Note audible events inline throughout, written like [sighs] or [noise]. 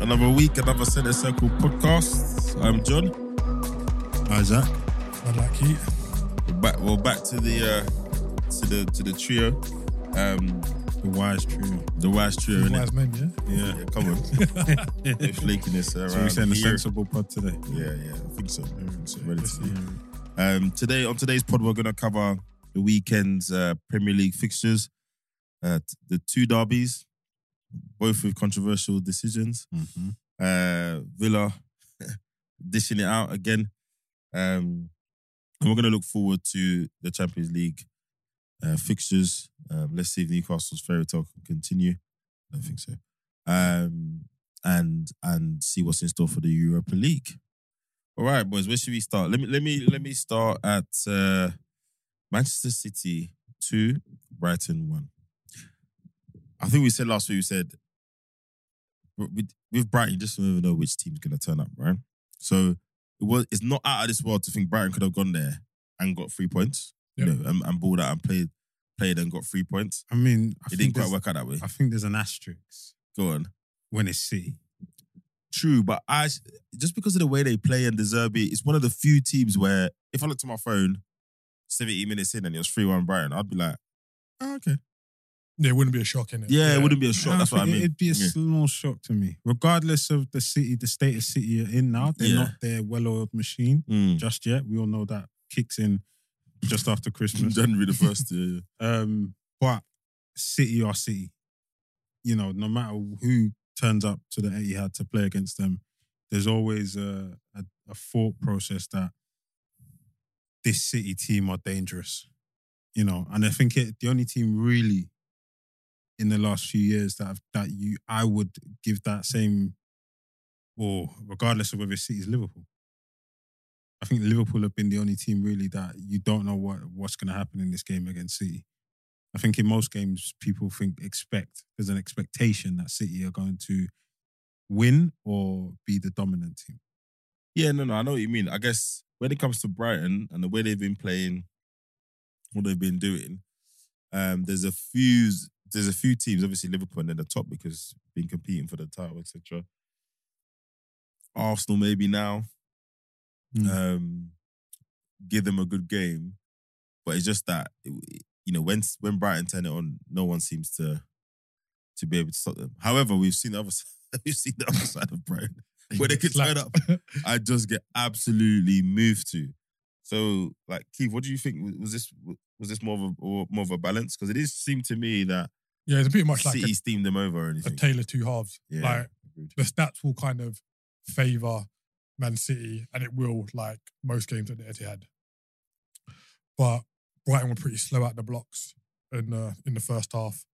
Another week, another Center Circle podcast. I'm John. Isaac. I'd like you. We're back, we're back to the uh, to the to the trio, um, The wise trio. the wise trio. Wise innit? men, yeah? [laughs] Yeah, come on. [laughs] They're flaking this around. So we're saying the here. sensible pod today. Yeah, yeah, I think so. I think so. Let's Relatively. see. Um, today on today's pod, we're going to cover the weekend's uh, Premier League fixtures, uh, t- the two derbies, both with controversial decisions. Mhm. Uh, Villa [laughs] dishing it out again, um, and we're going to look forward to the Champions League uh, fixtures. Um, let's see if Newcastle's fairy tale can continue. I don't think so. Um, and and see what's in store for the Europa League. All right, boys. Where should we start? Let me let me let me start at uh, Manchester City two, Brighton one. I think we said last week. We said with, with Brighton, you just never know which team's going to turn up, right? So it was. It's not out of this world to think Brighton could have gone there and got three points. You Yep. know, and, and balled out and played played and got three points. I mean, I It think didn't quite there's- work out that way. I think there's an asterisk Go on. when it's City. True, but I just because of the way they play and Deserbi, it's one of the few teams where if I looked at my phone, 70 minutes in and it was 3 1 Brighton, I'd be like, oh, okay. Yeah, it wouldn't be a shock, innit? Yeah, it wouldn't be a shock. I That's what I think mean. It'd be a Yeah. small shock to me, regardless of the city, the state of city you're in now. They're Yeah. not their well-oiled machine [laughs] Mm. just yet. We all know that kicks in just after [laughs] Christmas. January the 1st, yeah, yeah. Um, but City are City. You know, no matter who turns up to the Etihad to play against them, there's always a, a, a thought process that this City team are dangerous. You know, and I think it, the only team really in the last few years that I've- that you I would give that same, or regardless of whether it's City is Liverpool. I think Liverpool have been the only team really that you don't know what what's going to happen in this game against City. I think in most games people think expect there's an expectation that City are going to win or be the dominant team. Yeah, no, no, I know what you mean. I guess when it comes to Brighton and the way they've been playing, what they've been doing, um, there's a few there's a few teams, obviously Liverpool and then the top because been competing for the title, etc. Arsenal maybe now. Mm. Um, give them a good game. But it's just that it- you know, when when Brighton turn it on, no one seems to to be able to stop them. However, we've seen the other side, [laughs] we've seen the other side of Brighton where [laughs] they could turn up I just get absolutely moved to. So, like Keith, what do you think? Was this was this more of a or more of a balance? Because it did seem to me that Yeah, it's pretty much like City a, steamed them over or a anything. tale of two halves. Yeah. Like, Agreed. the stats will kind of favour Man City, and it will, like most games at the Etihad. But Brighton were pretty slow out the blocks in the, in the first half.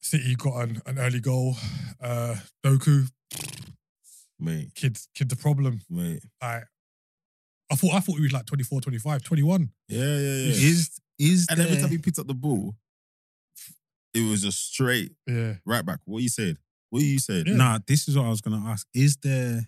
City got an, an early goal. Uh, Doku, mate, kid's, kid's a problem. mate. Like, I thought I thought he was like 24, 25, 21. Yeah, yeah, yeah. Is is and every there- time he picked up the ball, it was just straight Yeah. right back. What you said? What you said? Yeah. Nah, this is what I was gonna ask. Is there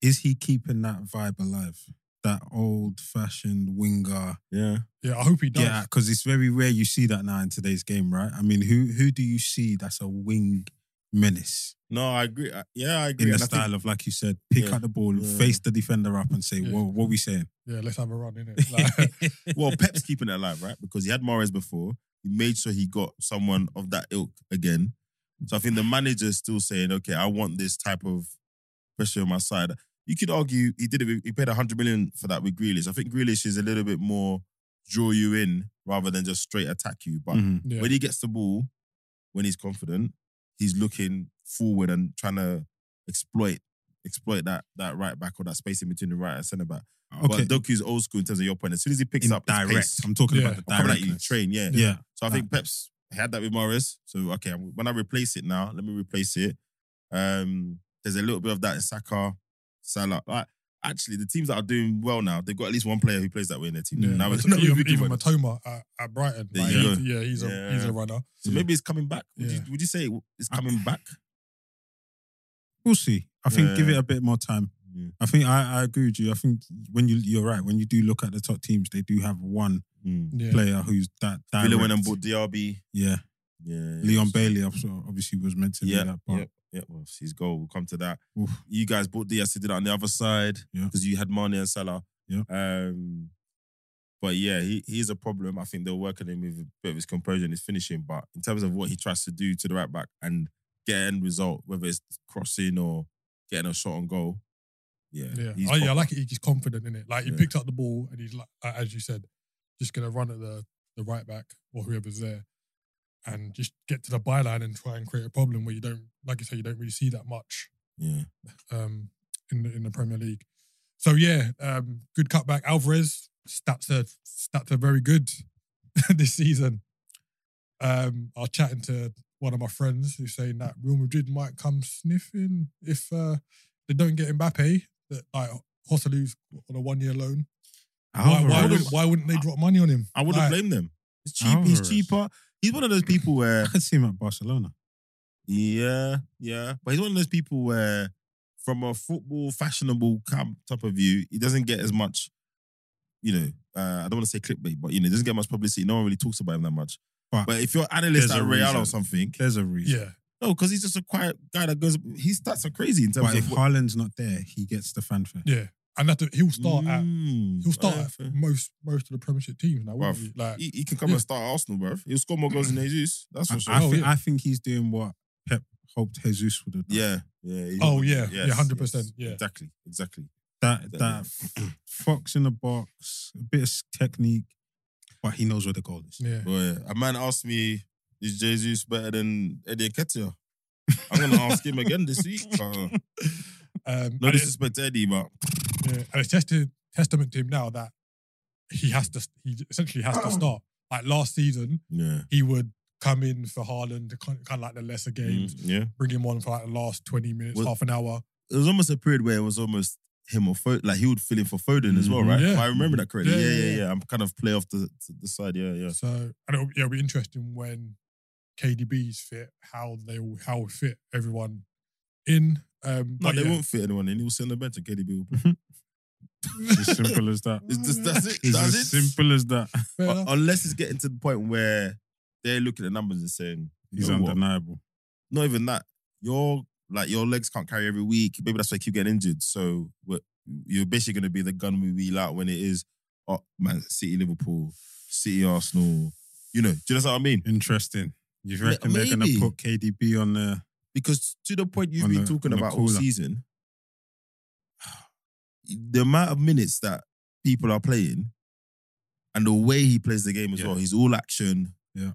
is he keeping that vibe alive? That old fashioned winger. Yeah, Yeah, I hope he does. Yeah, because it's very rare you see that now in today's game, right? I mean, who who do you see that's a wing menace No, I agree. I- Yeah, I agree. in the And I think- style of like you said, pick Yeah. up the ball, Yeah. face the defender up, and say, Yeah. "Well, what we saying?" Yeah, let's have a run, [laughs] innit? Like, [laughs] well, Pep's keeping it alive, right? Because he had Mares before. He made sure he got someone of that ilk again. So I think the manager's still saying, okay, I want this type of pressure on my side. You could argue he did it. with- He paid 100 million for that with Grealish. I think Grealish is a little bit more draw you in rather than just straight attack you. But Mhm. yeah. when he gets the ball, when he's confident, he's looking forward and trying to exploit exploit that that right back or that space in between the right and centre back. Okay, But Doku's old school in terms of your point. As soon as he picks in up his direct. pace, I'm talking Yeah. about the I'm coming at direct. you, train, yeah. Yeah, Ah. So I think Pep's had that with Morris. So okay, I'm- when I replace it now, let me replace it. Um, there's a little bit of that in Saka, Salah. Like, actually, the teams that are doing well now, they've got at least one player who plays that way in their team. Yeah. Now [laughs] we're- even, now we're even, thinking about it. Matoma at, at Brighton. There like, you he's- yeah, he's a Yeah. he's a runner. so maybe it's coming back. Would, Yeah. you, would you say it's coming back? we'll see. I think give Yeah. it a bit more time. Yeah. I think I, I agree with you. I think when you you're right. When you do look at the top teams, they do have one Mm. Yeah. player who's that direct. Villa went and bought DRB. Yeah, Yeah. Leon Bailey also obviously was meant to Yeah, be that part. yeah. Yeah, well, it's his goal. We'll come to that. Oof. You guys brought Diaz to do that on the other side Yeah. because you had Mane and Salah. Yeah. Um, but yeah, he he's a problem. I think they're working him with a bit of his composure and his finishing. But in terms of what he tries to do to the right back and get an end result, whether it's crossing or getting a shot on goal, yeah, Yeah, he's oh, yeah, I proper. like it. He's confident in it. Like he Yeah. picked up the ball and he's like, uh, as you said, just gonna run at the the right back or whoever's there, and just get to the byline and try and create a problem where you don't, like you say, you don't really see that much yeah, um, in the in the Premier League. So yeah, um, good cutback. Alvarez stats are stats are very good [laughs] this season. Um, I was chatting to one of my friends who's saying that Real Madrid might come sniffing if uh, they don't get Mbappe. That like Hossolu's on a one year loan. Why, why, Alvarez. would, why wouldn't they drop money on him? I wouldn't Like, blame them. It's cheap. He's Alvarez. cheaper. He's one of those people where [laughs] I could see him at Barcelona. Yeah, yeah. But he's one of those people where, from a football fashionable camp type of view, he doesn't get as much, you know, uh, I don't want to say clickbait, but, you know, he doesn't get much publicity. No one really talks about him that much. But But if you're an analyst There's a at Real or reason. something, there's a reason. Yeah, no, because he's just a quiet guy that goes, his stats are crazy in terms But if of. Haaland's not there, he gets the fanfare. yeah, and that he'll start at Mm, he'll start yeah, at fair. most most of the Premiership teams now. wouldn't Bruv, he? Like He, he can come and start Arsenal, bro. He'll score more goals [clears throat] than Jesus. That's I, for sure. I, Oh, think, yeah. I think he's doing what Pep hoped Jesus would have done. yeah, yeah. he- Oh, yeah, yeah, yes, 100%, yes. yeah. Exactly, exactly. That Yeah. that f- fox in the box, a bit of s- technique, but he knows where the goal is. yeah. Boy, a man asked me, is Jesus better than Eddie Nketiah? I'm going to ask him again this week. Uh, Um, no [laughs] and it's- disrespect to Eddie, but Yeah, and it's testi- testament to him now that he has to, he essentially has to start. Like last season, yeah. he would come in for Haaland, kind of, kind of like the lesser games, yeah. bring him on for like the last 20 minutes, Mm. Well- half an hour. It was almost a period where it was almost him or Foden, like he would fill in for Foden as well, Mhm. right? Mm-hmm. Yeah. If I remember that correctly. Yeah, Yeah, yeah, yeah, yeah. I'm kind of play off the, to the side. Yeah, yeah. So, and it'll, yeah, it'll be interesting when KDB's fit, how they will, how will fit everyone in. Um, No, but they yeah. won't fit anyone in. He'll sit on the bench and KDB will play. It's as simple as [laughs] that. It's Mm. just, that's it. It's that's as it. simple as that. Fair But enough. unless it's getting to the point where they're looking at numbers and saying, He's you know what? undeniable. not even that. Your like your legs can't carry every week. Maybe that's why you keep getting injured. So we're- you're basically going to be the gun we wheel out when it is uh, Man City, Liverpool, City, Arsenal. You know, do you know what I mean? Interesting. You Ma- reckon they're gonna maybe. put KDB on there? Because to the point you've On been the- talking on the about all cooler. season, [sighs] the amount of minutes that people are playing and the way he plays the game as Yeah. well, he's all action. Yeah.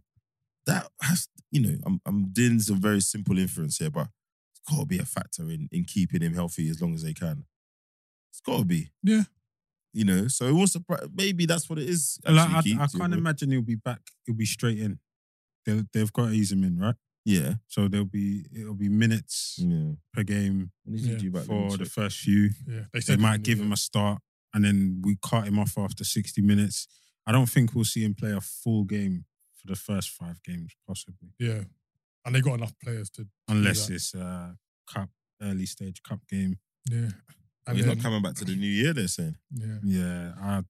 That has, you know, I'm, I'm doing some very simple inference here, but it's got to be a factor in, in keeping him healthy as long as they can. It's got to be. Yeah. You know, so it won't surprise. Maybe that's what it is. Like, actually, I, I Keith, you can't know. imagine he'll be back. He'll be straight in. They, they've got to ease him in, right? Yeah. So there'll be it'll be minutes Yeah. per game Yeah. for the first few. yeah, they They said might give him a start, and then we cut him off after sixty minutes. I don't think we'll see him play a full game for the first five games, possibly, yeah, and they got enough players to unless that. it's a cup early stage cup game. yeah. And he's then, not coming back to the new year, they're saying. yeah, Yeah, I,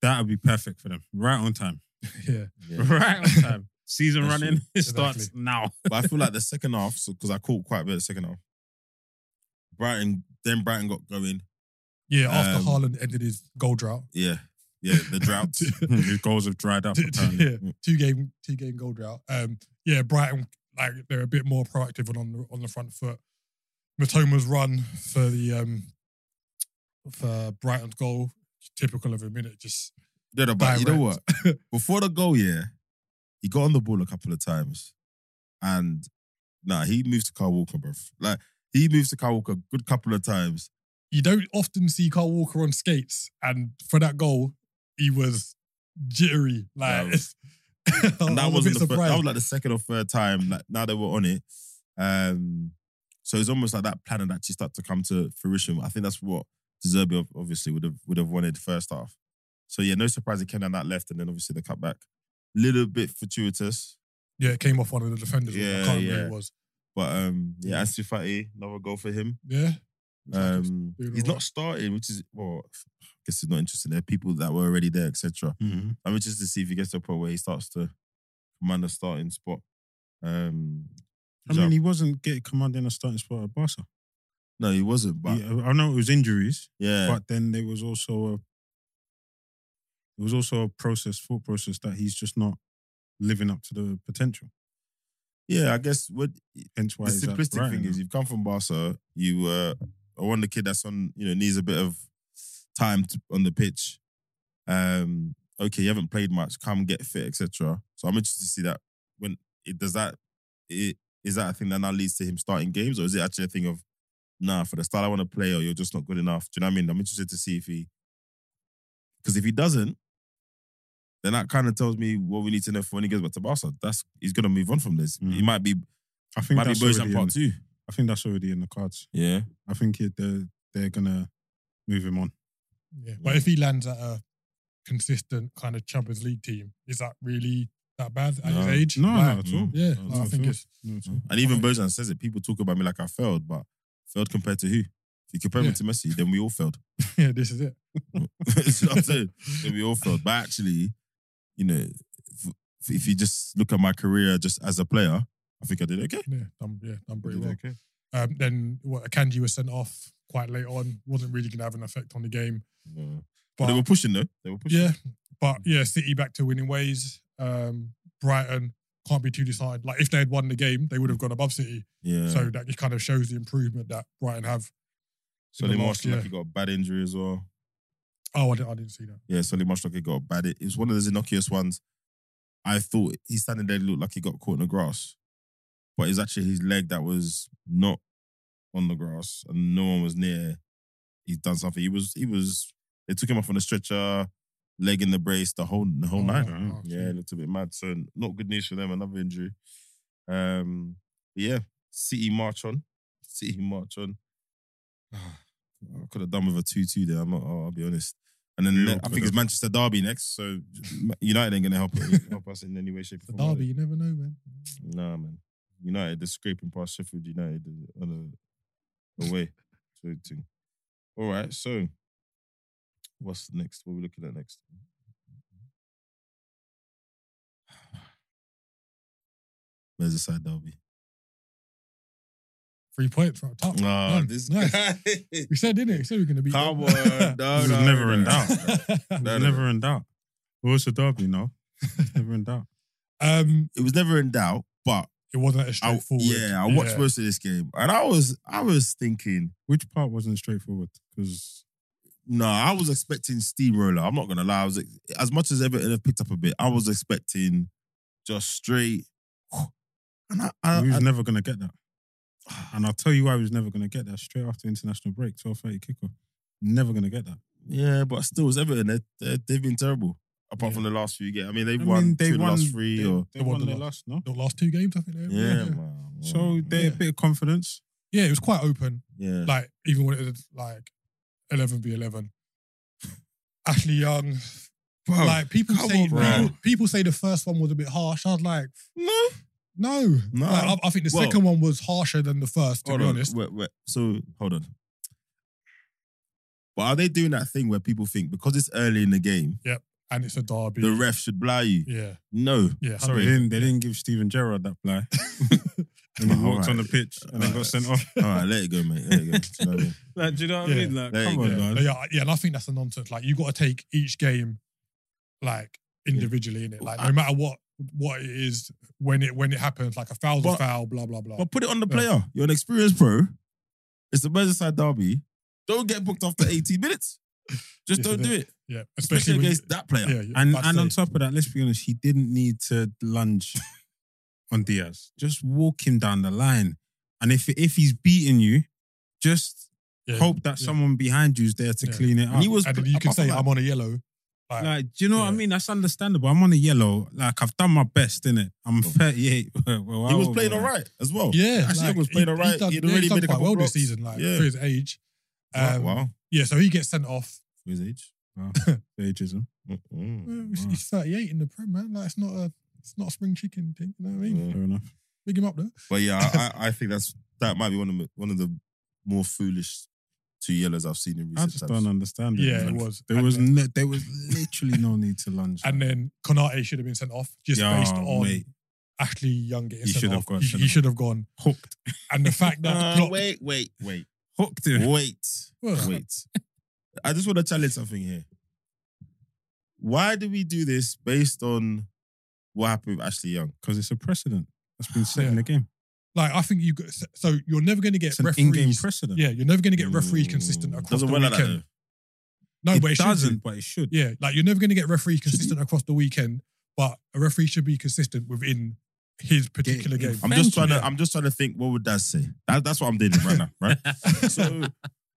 that'll be perfect for them. Right on time. yeah, [laughs] Yeah. [laughs] Right on time. Season That's running it [laughs] starts [laughs] Exactly. now. But I feel like the second half, because I caught quite a bit of the second half. Brighton, then Brighton got going. yeah. After Um, Haaland ended his goal drought, Yeah, yeah, the drought. His goals have dried up. [laughs] Two- two- Um, [laughs] Apparently. mm. yeah, two game, two game goal drought. Um, yeah, Brighton like they're a bit more proactive and on the on the front foot. Matoma's run for the um for Brighton's goal, typical of him, innit? Just No, no, but you know what? [laughs] Direct. Before the goal, yeah, he got on the ball a couple of times, and nah, he moved to Carl Walker, bro. Like he moves to Carl Walker a good couple of times. you don't often see Carl Walker on skates, and for that goal, he was jittery. Yeah. Like it's- And [laughs] I that was a wasn't bit the first, that surprised. was like the second or third time. Like now they were on it, um, so it's almost like that plan had actually started to come to fruition. I think that's what Zerbi ob- obviously would have would have wanted first half. So yeah, no surprise it came down that left, and then obviously the cutback, little bit fortuitous, yeah, it came off one of the defenders. I Yeah, can't remember who yeah. it was. but um, yeah, Ansu Fati, another goal for him. Yeah, Um, doing he's all not starting, which is well, I guess it's not interesting. There are people that were already there, etc. Mhm. I'm interested to see if he gets to a point where he starts to command a starting spot. Um, I mean, he wasn't getting commanding a starting spot at Barca. no, he wasn't. But He- I know it was injuries, yeah, but then there was also a there was also a process, thought process that he's just not living up to the potential. yeah. I guess what Hence why the he's at simplistic Brighton thing is, now. you've come from Barca. You uh, are one of the kid that's on, you know, needs a bit of time to, on the pitch. Um, okay, you haven't played much. Come get fit, etc. So I'm interested to see that when it does that. It is that a thing that now leads to him starting games, or is it actually a thing of nah for the style I want to play, or you're just not good enough? Do you know what I mean? I'm interested to see if he, because if he doesn't. Then that kind of tells me what we need to know for when he goes back to Barca. That's he's gonna move on from this. He Mm. might be I think might be that's Bojan already in, part two. I think that's already in the cards. Yeah. I think it, they're they're gonna move him on. Yeah. But if he lands at a consistent kind of Champions League team, is that really that bad at his No. age? No, Like, mm. no, at all. Yeah, No, like, I at think all. it's [laughs] No, at all. And even Bojan says it. People talk about me like I failed, but failed compared to who? If you compare me Yeah. to Messi, then we all failed. [laughs] yeah, this is it. you know what I'm saying? Then we all failed. But actually, you know, if, if you just look at my career just as a player, I think I did okay. Yeah, done, yeah, done pretty well. okay. Um, then what Akanji was sent off quite late on, wasn't really gonna have an effect on the game. But But they were pushing though. They were pushing. yeah, Mm. but yeah, City back to winning ways. Um, Brighton can't be too decided. Like if they had won the game, they would have gone above City. Yeah. So that just kind of shows the improvement that Brighton have. So in they the marched last like year. he got a bad injury as well. Oh, I didn't, I didn't see that. Yeah, Solly Marshlake got a bad. It was one of those innocuous ones. I thought he's standing there, looked like he got caught in the grass, but it's actually his leg that was not on the grass, and no one was near. He's done something. He was. He was. They took him off on a stretcher, leg in the brace, the whole the whole Oh, night. wow. Yeah, it looked a bit mad. So not good news for them. Another injury. Um. but yeah, City march on. City march on. [sighs] I could have done with a two-two there. I'm not. oh, I'll, I'll be honest. And then We ne- all I could think it's have. Manchester Derby next. So United ain't gonna [laughs] help help us in any way, shape, The or form. are derby, you never know, man. they? Nah, man. United they're scraping past Sheffield United on a [laughs] away. So, to- All right. So what's next? What are we looking at next? [sighs] Merseyside Derby. Three points right up top. Mm. Ah, Done. this Oh, Nice. guy. [laughs] We said, didn't it? We said we were going to beat Come [laughs] on, [laughs] them. no, This is no, never no, in no. doubt. No, no, never in doubt. Well, it's a derby, no. [laughs] It's never in doubt. [laughs] um, It was never in doubt, but it wasn't as I, straightforward. yeah, I watched most of this game, and I was I was thinking, Which part wasn't straightforward? Because no, I was expecting steamroller. I'm not gonna lie, I was ex- as much as Everton have picked up a bit. I was expecting just straight, [sighs] and I, I, he was I never going to get [sighs] that. And I'll tell you why he was never going to get that. Straight after international break, 12.30 kickoff. Never going to get that. yeah, but still, it's Everton. They're, they're, they've been terrible apart Yeah. from the last few games. I mean, they've I won mean, two of the last three, They, [laughs] or they They won won the the last, no? The last two games, I think. They yeah, man, man. So they're yeah, a bit of confidence. Yeah, it was quite open. yeah. Like, even when it was like 11 v 11. Ashley Young. Bro, like, people come say, on, bro. people, people say the first one was a bit harsh. I was like, no. no. No. Like, I, I think the Well- second one was harsher than the first, to hold be on. honest. Wait, wait. So hold on. But are they doing that thing where people think because it's early in the game, And it's a derby. the ref should blow you? yeah. [laughs] No. Yeah. They Sorry. didn't, they didn't give Steven Gerrard that fly. [laughs] and he All walked right. on the pitch and then All got sent off. All right, let it go, mate. Let it go. Do you know what I mean? [laughs] Like, do you know what I mean? Like, come on, Yeah, yeah, yeah, and I think that's a nonsense. Like you got to take each game, like individually in it. Like no matter what what it is, when it when it happens, like a foul's But- a foul, blah blah blah. But put it on the player. You're an experienced pro. It's the Merseyside derby. Don't get booked after 18 minutes. Just Yes, don't it do it, yeah, especially especially when you, against that player. yeah, yeah, And I'd and on say- top of that, let's be honest, he didn't need to [laughs] lunge on Diaz. Just walk him down the line, and if if he's beating you, just yeah. hope that yeah. someone behind you is there to Yeah. clean it And up. he was. and then you can apart from say "Ah, that- I'm on a yellow. Like, like, do you know what I Yeah. mean? That's understandable. I'm on a yellow. Like I've done my best in it. I'm 38. [laughs] well, he how was old playing all am I? right as well. yeah, Ashley like, was playing all right. done- He'd yeah, already done made a quite couple well blocks. this season, like Yeah. for his age. Wow, Um, wow. Yeah, so he gets sent off. For his age. Ageism. Mm-mm. Well, He's, Wow. he's 38 in the prem, man. Like it's not a it's not a spring chicken thing. You know what I mean? Yeah. Fair enough. Big him up though. But [laughs] yeah, I, I- I think that's that might be one of the, one of the more foolish two yellows I've seen in I recent just times. don't understand it. Yeah, it man. was. There And was then- no, there was literally no need to lunge. And then Konate should have been sent off just Yeah, based on mate. Ashley Young getting He sent should have off, gone, he, shouldn't he he? should have gone. Hooked. And the fact [laughs] that Uh, Klopp- wait, wait, wait, Hooked him. wait, Well, wait. I just want to challenge something here. Why do we do this based on what happened with Ashley Young? Because it's a precedent that's been set in Yeah. the game. like I think you got, so you're never going to get It's an in game referees. precedent. Yeah, you're never going to get referees consistent Mm, across Doesn't the work like weekend. that. though. no, it but it should doesn't, do. but it should. Yeah, like you're never going to get referees consistent across the weekend, but a referee should be consistent within his particular Game. game. I'm Thank just trying you. to. I'm just trying to think. What would that say? That, that's what I'm doing right now, [laughs] right? so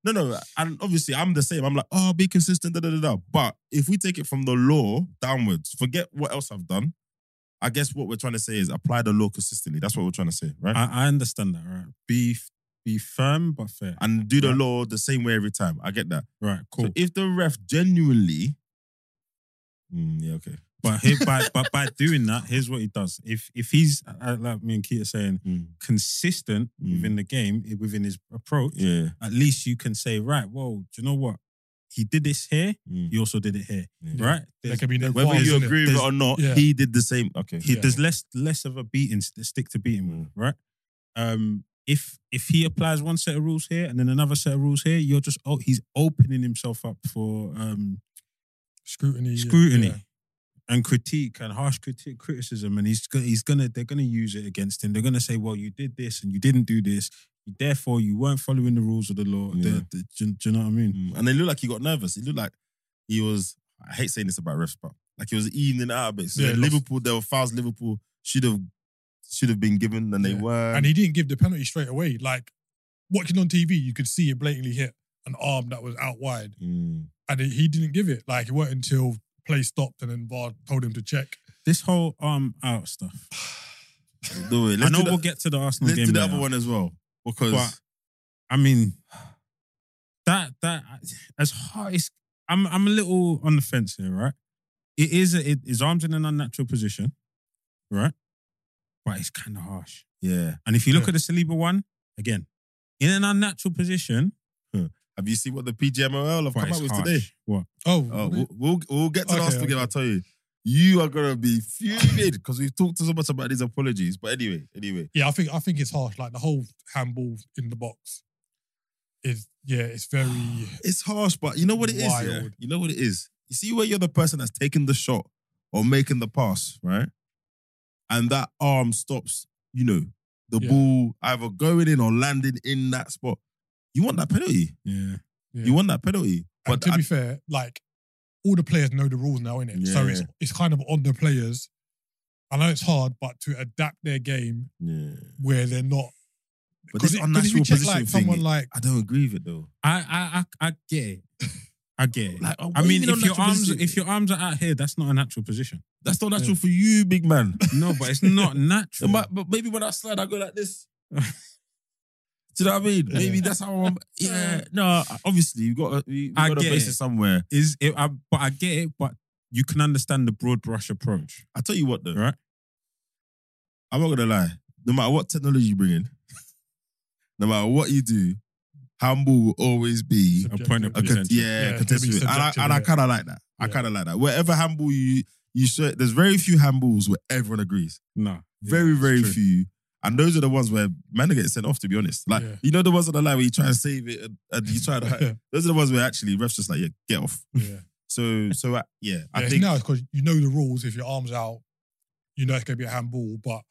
no, no, and obviously I'm the same. I'm like, oh, be consistent, da da da da. But if we take it from the law downwards, forget what else I've done. I guess what we're trying to say is apply the law consistently. That's what we're trying to say, right? I, I understand that, right? Be f- be firm but fair. and do the Right. law the same way every time. I get that. right, cool. So if the ref genuinely, Mm, yeah, okay, but here, by but by doing that, here's what he does. If if he's uh, like me and Keita saying Mm, consistent Mm. within the game, i- within his approach, yeah, at least you can say, right, well, do you know what? He did this here, mm, he also did it here. yeah. Right? There There's, can be no Whether bars, you innit? agree with it There's- or not, yeah. he did the same. Okay, he, Yeah. there's less less of a beating, s- stick to beating. Mm. right? Um, if if he applies one set of rules here and then another set of rules here, you're just oh, he's opening himself up for um, Scrutiny. yeah, scrutiny yeah. and critique and harsh critique, criticism, and he's go- he's gonna they're gonna use it against him. They're gonna say, well, you did this and you didn't do this, therefore you weren't following the rules of the law. The- Yeah. the- do, you- do you know what I mean? Mm. And they looked like he got nervous. He looked like he was. I hate saying this about refs, but like he was evening out a bit. So Yeah, then lost- Liverpool, there were fouls Liverpool should have should have been given, and they Yeah. weren't. And he didn't give the penalty straight away. Like watching on TV, you could see it blatantly hit an arm that was out wide, Mm. and he- he didn't give it. Like it weren't until play stopped and then VAR told him to check. This whole arm out stuff. Do it. I Let's know do the, we'll get to the Arsenal let's game. do the later. other one as well because But- I mean, that that as hard as I'm, I'm a little on the fence here, right? It is it is arms in an unnatural position, right? But it's kind of harsh. yeah, And if you look Yeah. at the Saliba one again, in an unnatural position, have you seen what the PGMOL have but come it's up with harsh. today? What? Oh, Oh, we'll, we'll we'll get to the Okay, Arsenal game. okay. I tell you, you are gonna be fuming because we've talked so much about these apologies. But anyway, anyway, yeah. I think I think it's harsh. Like the whole handball in the box is yeah, it's [sighs] very It's harsh, but you know what it is. yeah? Wild. You know what it is. You see where you're the person that's taking the shot or making the pass, right? And that arm stops, you know, the Yeah. ball either going in or landing in that spot. You want that penalty. Yeah. yeah. You want that penalty. And But to I- be fair, like all the players know the rules now, innit? So it's it's kind of on the players. I know it's hard, but to adapt their game yeah. where they're not. But 'Cause this it- 'cause if you unnatural check, position like, thing, someone [laughs] like I don't agree with it though. I I I, I get it. I get it. Like, I what mean, do you if your unnatural arms position? if your arms are out here, that's not a natural [laughs] position. that's not natural for you, big [laughs] man. No, but it's not It natural. might- but maybe when I slide, I go like [laughs] this. Do you know what I mean? Maybe that's how I'm. Yeah, uh, no. Obviously, you got you I got to get base it. it somewhere. is it? I, but I get it. But you can understand the broad brush approach. I tell you what though, Right. I'm not gonna lie. No matter what technology you bring in, [laughs] no matter what you do, handball will always be A point of a con- Subjective. yeah, Yeah, contested. it'll be And I, subjective, and I yeah. kind of like that. I Yeah. kind of like that. Wherever handball you you show, there's very few handballs where everyone agrees. No, Very it's very true. few. And those are the ones where men get sent off. To be honest, like Yeah. you know the ones on the line where you try and save it and, and you [laughs] try to. yeah. those are the ones where actually refs just like yeah get off. yeah. So so I, yeah, I Yeah, think now it's because you know the rules. If your arms out, you know it's going to be a handball. But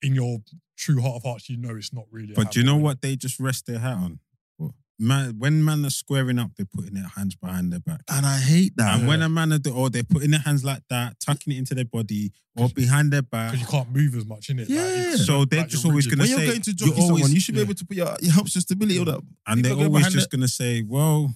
in your true heart of hearts, you know it's not really. a But do you know handball. what they just rest their hat on? What? Man, when man are squaring up, they're putting their hands behind their back. and I hate that. And when a man are do- or they're putting their hands like that, tucking it into their body or behind their back. 'Cause you can't move as much in it. Yeah. So they're like just you're always rigid. going to when say, you're going to "You jockey someone, always- you should be yeah." able to put your it helps your stability all that. and they're people go always behind just going to say, "Well,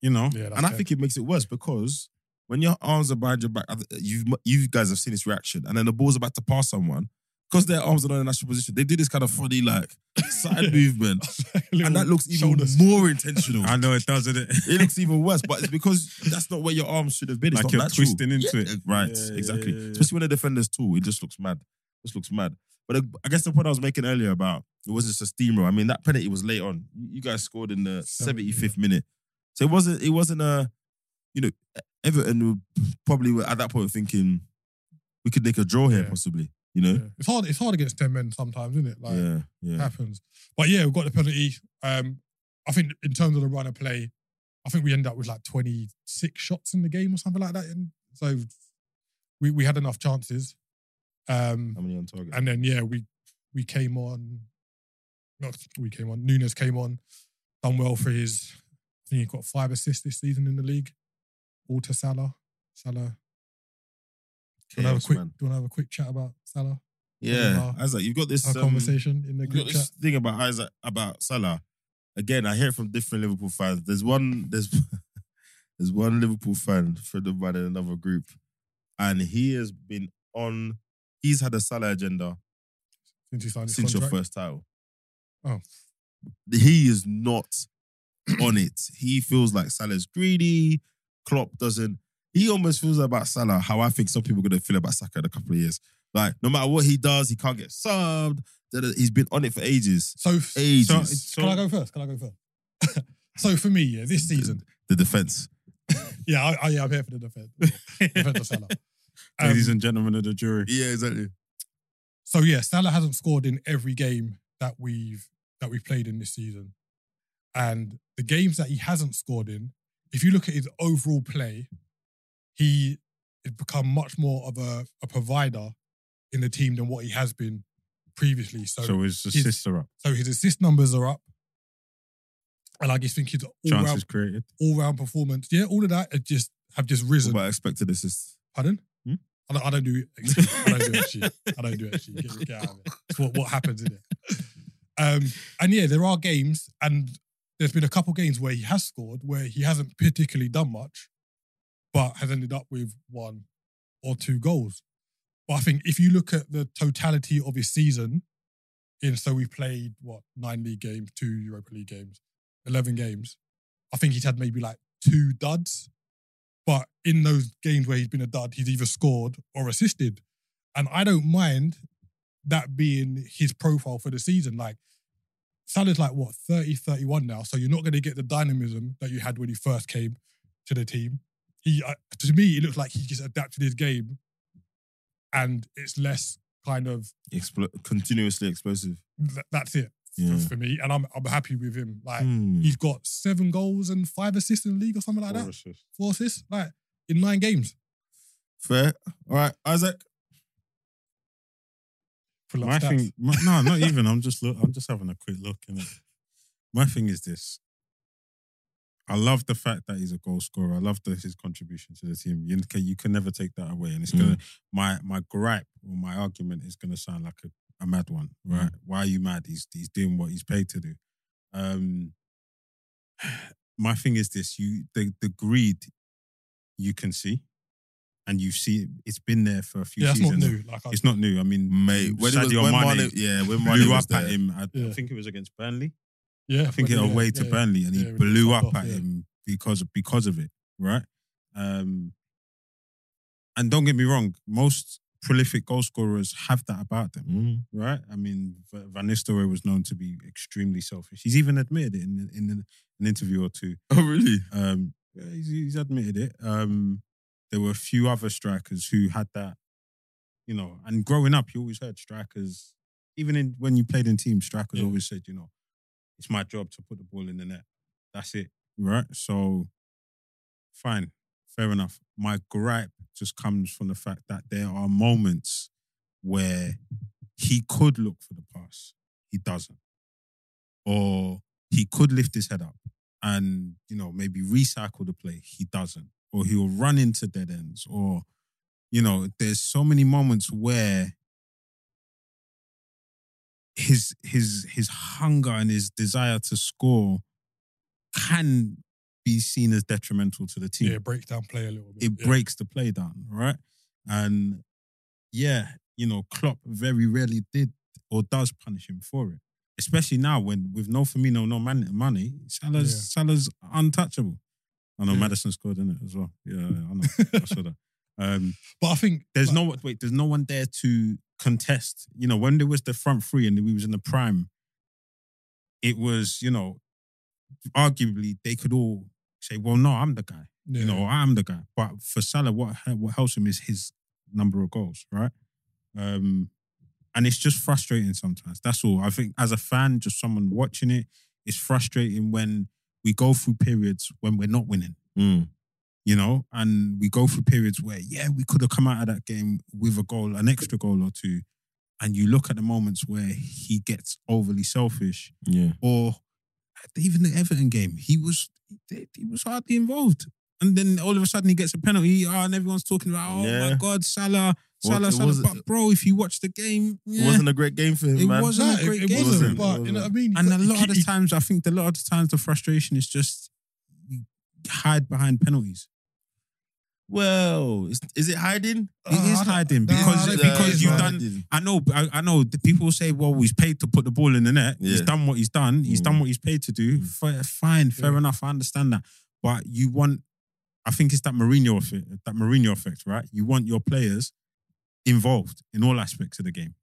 you know, yeah, that's And I it. [laughs] think it makes it worse because when your arms are behind your back, you you guys have seen this reaction, and then the ball's about to pass someone because their arms are not in a natural position. They do this kind of funny like side movement, and that looks even Shoulders. more [laughs] intentional. I know it does, [laughs] isn't it?" it looks even worse, but it's because that's not where your arms should have been. It's not Like you're natural. twisting into Yeah, it. right? Yeah, yeah, exactly. yeah, yeah. Especially when the defender's tall, it just looks mad. Just looks mad. But I- I guess the point I was making earlier about it was just a steamroll. I mean, that penalty was late on. You you guys scored in the seventy Seventy, fifth minute, so it wasn't. It wasn't a, you know, Everton were probably were at that point thinking. we could make a draw here Yeah. possibly. You know. Yeah. It's hard. It's hard against ten men sometimes, isn't it? Like yeah, it yeah, happens. But yeah, we've got the penalty. Um, I think in terms of the run of play, I think we end up with like twenty six shots in the game or something like that. And so we we had enough chances. Um, How many on target? and then yeah, we we came on. Not we came on. Nunes came on, done well for his. I think he got five assists this season in the league. All to Salah. Salah. Do you want to have a Chaos, quick? man. Do you want to have a quick chat about Salah? Yeah, about Isaac, you've got this Our um, conversation in the you've got group chat. this thing about Isaac about Salah. Again, I hear it from different Liverpool fans. There's one there's [laughs] there's one Liverpool fan, friend of mine in another group, and he has been on. He's had a Salah agenda Since you signed his since your contract. first title. Oh. He is not [clears throat] on it. He feels like Salah's greedy. Klopp doesn't. He almost feels about Salah how I think some people are going to feel about Saka in a couple of years. Like, no matter what he does, he can't get subbed. Da- da- He's been on it for ages. So, Ages. So, so can I go first? Can I go first? [laughs] so for me, yeah, this season, The defense. yeah, I, I, yeah, I'm here for the defense. [laughs] defense [laughs] of Salah. Um, ladies and gentlemen of the jury, Yeah, exactly. So yeah, Salah hasn't scored in every game that we've that we've played in this season, and the games that he hasn't scored in, if you look at his overall play, he has become much more of a, a provider in the team than what he has been previously. So, so, so his he's- assists are up, his assist numbers are up, and I just think his all-round chances created. all-round performance, yeah, all of that have just have just risen. But I expected assist. Pardon? Hmm? I, don't, I don't do I don't do XG. I don't do XG. Get, get out of it. It's what, what happens in it. Um, and yeah, there are games, and there's been a couple games where he has scored, where he hasn't particularly done much, but has ended up with one or two goals. But I think if you look at the totality of his season, in so we played what nine league games, two Europa League games, eleven games. I think he's had maybe like two duds. But in those games where he's been a dud, he's either scored or assisted. And I don't mind that being his profile for the season. Like, Salah's like, what, 30, 31 now. So you're not going to get the dynamism that you had when he first came to the team. He, uh, to me, it looks like he just adapted his game and it's less kind of, Expl- continuously explosive. th- that's it for- Yeah. for me. And I'm, I'm happy with him. Like, Hmm. he's got seven goals and five assists in the league or something like that. Four assists, like, in nine games. Fair. All right, Isaac. Full of My stats. thing, my, no, not even. I'm just look. I'm just having a quick look. Innit? My thing is this. I love the fact that he's a goal scorer. I love the, his contribution to the team. You can you can never take that away. And it's Mm. gonna my my gripe or my argument is gonna sound like a, a mad one, Mm. right? Why are you mad? He's he's doing what he's paid to do. Um, my thing is this: you the the greed you can see, and you see it, it's been there for a few. Yeah, that's seasons. not new. Like, I, It's not new. I mean, Mate, when it was Sadio when Mane Mane, yeah, when Mane blew was up there, at him. I, I Yeah. think it was against Burnley. yeah, I think it yeah, away to yeah. Burnley, and he Yeah, when he blew fucked up off, at yeah. him because because of it, right? Um, and don't get me wrong, most prolific goal scorers have that about them, Mm. right? I mean, V- Van Nistelrooy was known to be extremely selfish. He's even admitted it in in an, an interview or two. Oh, really? Um, yeah, he's, he's admitted it. Um, there were a few other strikers who had that, you know. And growing up, you always heard strikers, even in when you played in teams, strikers Yeah. always said, you know, it's my job to put the ball in the net. That's it, right? So, fine, fair enough. My gripe just comes from the fact that there are moments where he could look for the pass, he doesn't, or he could lift his head up and you know maybe recycle the play he doesn't or he'll run into dead ends or you know there's so many moments where his his his hunger and his desire to score can be seen as detrimental to the team Yeah, it breaks down play a little bit. it yeah. breaks the play down, right? And yeah, you know, Klopp very rarely did or does punish him for it, especially now when with no Firmino, no man, money, Salah's Yeah. Salah's untouchable. I know Yeah. Madison scored in it as well. Yeah, I [laughs] know. I saw that. Um, But I think there's like, no wait. There's no one there to contest. You know, when there was the front three and we was in the prime, it was you know, arguably they could all say, "Well, no, I'm the guy." yeah, You know, I'm the guy. But for Salah, what he- what helps him is his number of goals, right? Um, and it's just frustrating sometimes. That's all. I think as a fan, just someone watching it, it's frustrating when we go through periods when we're not winning, Mm. you know, and we go through periods where, yeah, we could have come out of that game with a goal, an extra goal or two. And you look at the moments where he gets overly selfish Yeah. or even the Everton game, he was he he was hardly involved. And then all of a sudden he gets a penalty, ah, and everyone's talking about, oh Yeah. my God, Salah, Well, Salah, it Salah. wasn't- But bro, if you watch the game, It yeah. wasn't a great game for him, It man. wasn't. No, a great it, it game. wasn't. It But you know what I wasn't. mean. and He- a [laughs] lot of the he- times, I think a lot of the times the frustration is just you hide behind penalties. Well, is, is it hiding? It is Uh, I don't- hiding nah, because I don't think it because is, you've man. done. I know, I, I know. The people say, "Well, he's paid to put the ball in the net. He's Yeah. done what he's done. He's Mm. done what he's paid to do. Mm. Fair, fine, fair Yeah. enough. I understand that. But you want, I think it's that Mourinho effect. That Mourinho effect, right? You want your players involved in all aspects of the game.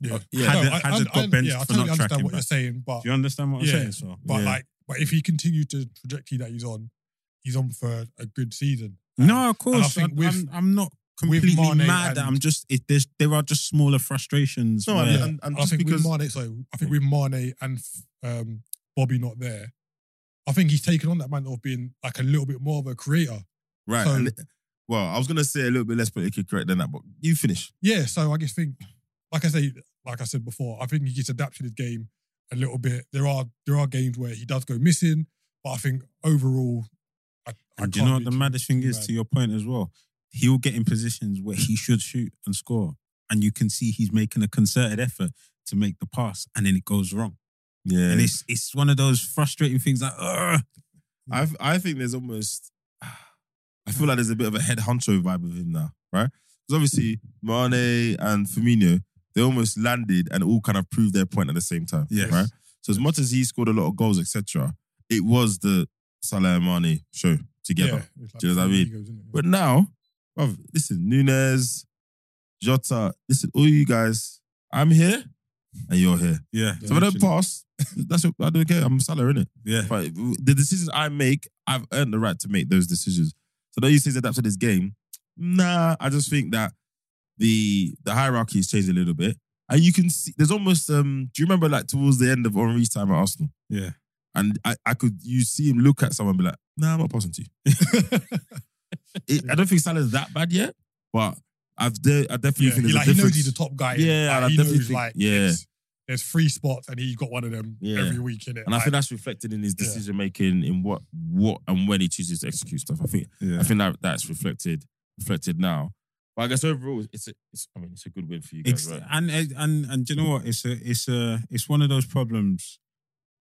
Yeah. Yeah. Had No, it- had I- I- it got I- benched yeah, I for totally not understand tracking what you're back. saying, but Do you understand what I'm Yeah. saying? So, but Yeah. like, but if he continues to trajectory that he's on, he's on for a good season. no, of course. I think with- am I'm not with completely Mane mad. and- I'm just it, there's there are just smaller frustrations. No, I where- mean, and, and I just think because with Mane, so I think with Mane and um, Bobby not there, I think he's taken on that mantle of being like a little bit more of a creator. right. So- and it- well, I was gonna say a little bit less politically correct than that, but you finish. Yeah, so I just think, like I say, like I said before, I think he gets adapted his game a little bit. There are there are games where he does go missing, but I think overall, I, I And do you can't know what be the too- maddest thing too is mad. to your point as well? He'll get in positions where he should shoot and score. And you can see he's making a concerted effort to make the pass and then it goes wrong. Yeah, And it's it's one of those frustrating things like, Ugh. Mm. I I think there's almost [sighs] I feel like there's a bit of a head honcho vibe with him now, right? Because obviously Mane and Firmino, they almost landed and all kind of proved their point at the same time. Yes. Right. So as much as he scored a lot of goals, etc., it was the Salah and Mane show together. Yeah, it's like Do you know what I three mean? egos, isn't it? But now, bruv, listen, Nunes, Jota, listen, all you guys, I'm here and you're here. Yeah. So if I don't pass, [laughs] that's what, I don't care. I'm Salah, innit? Yeah. But the decisions I make, I've earned the right to make those decisions. So though you say he's adapted his game, nah, I just think that the the hierarchy has changed a little bit. And you can see there's almost um, do you remember like towards the end of Henri's time at Arsenal? Yeah. And I, I could you see him look at someone and be like, nah, I'm not passing to you. [laughs] It- I don't think Salah's that bad yet, but I've de- I definitely Yeah, think he, there's like, a he knows difference. he's a top guy. Yeah, like, and I he definitely knows think- like yeah. it's- there's three spots and he got one of them Yeah. every week in it. and I think that's reflected in his Yeah. decision making in what what and when he chooses to execute stuff. I think I Yeah. think that that's reflected reflected now. But I guess overall, it's a, it's I mean, it's a good win for you guys, Ex- right? and uh, and and and do you know what? It's a it's a it's one of those problems.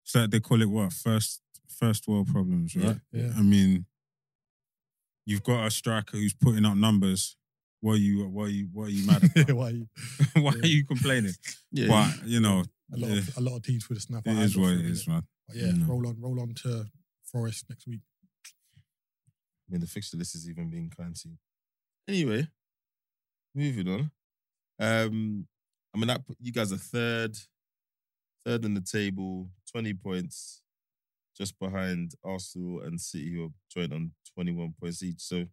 It's like they call it what first first world problems, right? Yeah, [laughs] yeah. I mean, you've got a striker who's putting up numbers. What are you what are you what are you mad about? [laughs] Why you- Why Yeah. are you complaining? Yeah, But you know, a lot of a lot of teams would have snapped. it is what it is, man. yeah, No. roll on, roll on to Forest next week. I mean, the fixture list is even being kind to you. Anyway, moving on. Um, I mean, that put you guys are third, third in the table, twenty points, just behind Arsenal and City, who are joined on twenty-one points each. So,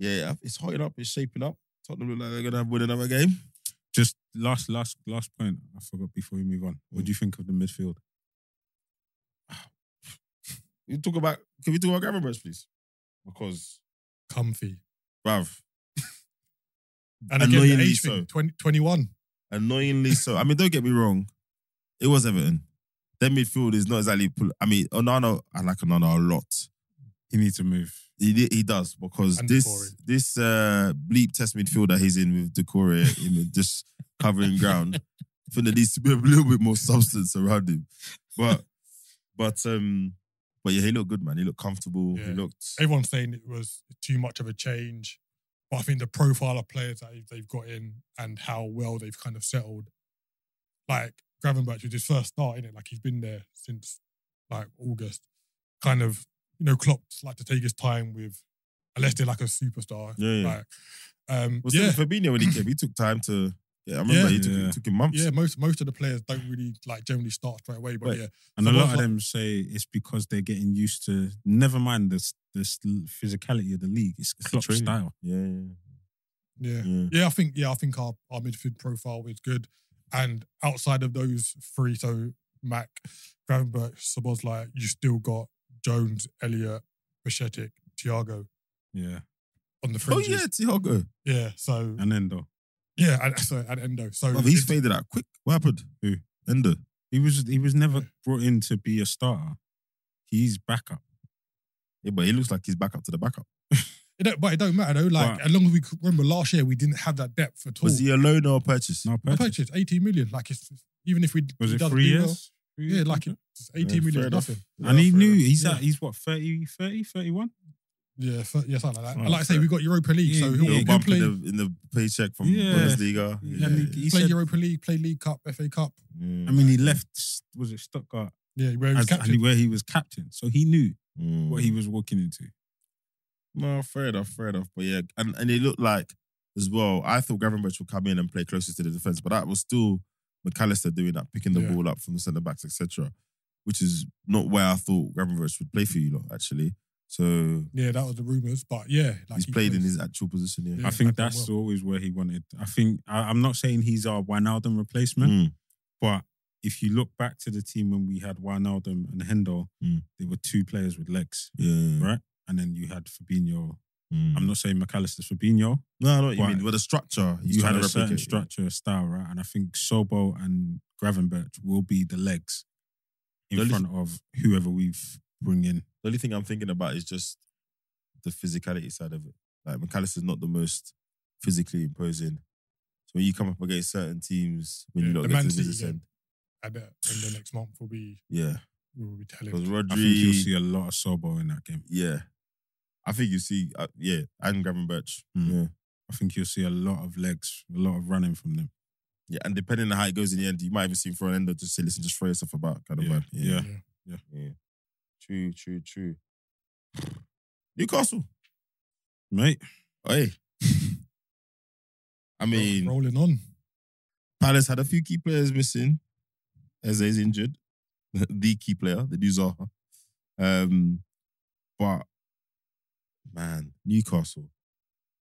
yeah, it's hotting up, it's shaping up. Tottenham look like they're gonna have win another game. Just last, last, last point. I forgot before we move on. Mm. What do you think of the midfield? You talk about can we talk about Gavin Brest, please? Because Comfy. bruv, And again, the Annoyingly age thing, so. 20, 21. annoyingly so. I mean, don't get me wrong, it was Everton. Their midfield is not exactly. pull- I mean, Onana, I like Onana a lot. He needs to move. He di- he does because And this Doucouré. this uh, bleep test midfielder he's in with Decore just covering ground. I think there needs to be a little bit more substance around him, but but um but yeah, he looked good, man. He looked comfortable. He Yeah. looked Everyone's saying it was too much of a change. But I think the profile of players that they've got in and how well they've kind of settled. Like Gravenberch was his first start in it. Like he's been there since like August. Kind of, you know, Klopp's like to take his time with, unless they're like a superstar. Yeah, yeah. Like, um, was yeah, yeah. Fabinho when he came. He took time to. Yeah, I remember Yeah. he took Yeah. it took him months. yeah. Most most of the players don't really like generally start straight away. But Wait, yeah, And a So lot what- of them say it's because they're getting used to. Never mind the s- the s- physicality of the league. It's It's the Klopp training. style. Yeah, yeah. Yeah. Yeah. Yeah, I think yeah, I think our, our midfield profile is good. And outside of those three, so Mac, Gravenberch, Sabozlai, you still got Jones, Elliot, Pachetic, Thiago Yeah. on the Oh fringes. yeah, Tiago. yeah. so And then though, yeah, and so and Endo. So Oh, he's it's- faded out quick. What happened? Who? Ender. he was he was never brought in to be a starter. He's backup. Yeah, but he looks like he's back up to the backup. it don't, but it don't matter though. Like Right. as long as we c- remember last year, we didn't have that depth at all. Was he a loan or a purchase? Now I purchase. purchased 18 million. Like it's even if we Was he it doesn't three do well- years? Three yeah, years like contract? it's 18 million fair is enough. nothing. And he Yeah, fair knew enough. he's Yeah. at he's what 30, 30, 31? Yeah, so, yeah, something like that. Oh, and like I say, fair. we got Europa League, so Yeah, he'll, Little yeah. he'll bump play. in, the, in the paycheck from Yeah. Bundesliga. Yeah, and he- he play said- Europa League, play League Cup, FA Cup. Mm. I mean, he left. Was it Stuttgart Yeah, where as, he's and he- captain. where he was captain? So he knew Mm. what he was walking into. No, fair enough, fair enough. But yeah, and, and it looked like as well, I thought Gavin Birch would come in and play closer to the defence, but that was still McAllister doing that, picking the Yeah. ball up from the centre backs, etc. Which is not where I thought Gavin Birch would play for you lot, actually. So Yeah, that was the rumors, but yeah, like he's he played in plays- his actual position here. Yeah, I he's think done that's well. always where he wanted. I think I, I'm not saying he's our Wijnaldum replacement, Mm. but if you look back to the team when we had Wijnaldum and Hendo, Mm. they were two players with legs, Yeah. right? And then you had Fabinho. Mm. I'm not saying McAllister's Fabinho. no, I know what you Right. mean. But the structure, he's you trying had a to certain replicate. structure, style, right? And I think Sobo and Gravenberch will be the legs in The only- front of whoever we bring in. The only thing I'm thinking about is just the physicality side of it. Like McAllister's not the most physically imposing. So when you come up against certain teams, when you Yeah, look the at Man the City business game. end, and, uh, and the next month will be yeah, will be because telling. Rodri, I think you'll see a lot of Sobo in that game. yeah, I think you see, uh, yeah, and Gavin Birch, Mm. yeah, I think you'll see a lot of legs, a lot of running from them. yeah, and depending on how it goes in the end, you might even see him throw an end or just say, listen, just throw yourself about, kind of Yeah, vibe. yeah. yeah, true, true, true. Newcastle, oh, Mate, hey, I mean, rolling on. Palace had a few key players missing. Eze is injured. [laughs] the key player, the new Zaha. Um, but man, Newcastle.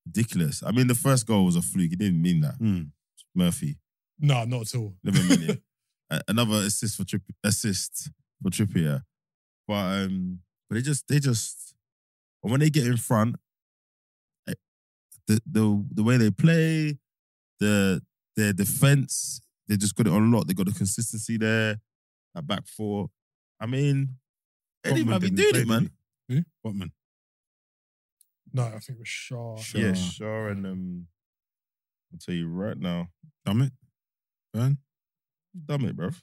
Ridiculous. I mean, the first goal was a fluke. He didn't mean that. mm. Murphy. No, not at all. Never mean it. A- Another assist for Tripp assist for Trippier. But um, but they just they just and when they get in front, eh, the the the way they play, the their defense, they just got it on lock. They got the consistency there, that back four. I mean, Eddie Botman might be doing didn't play, it, man. did he? Botman. [laughs] No, I think it was Shaw. Shaw. Yeah, sure. And um, I'll tell you right now, Damn it. Burn. damn it, bruv.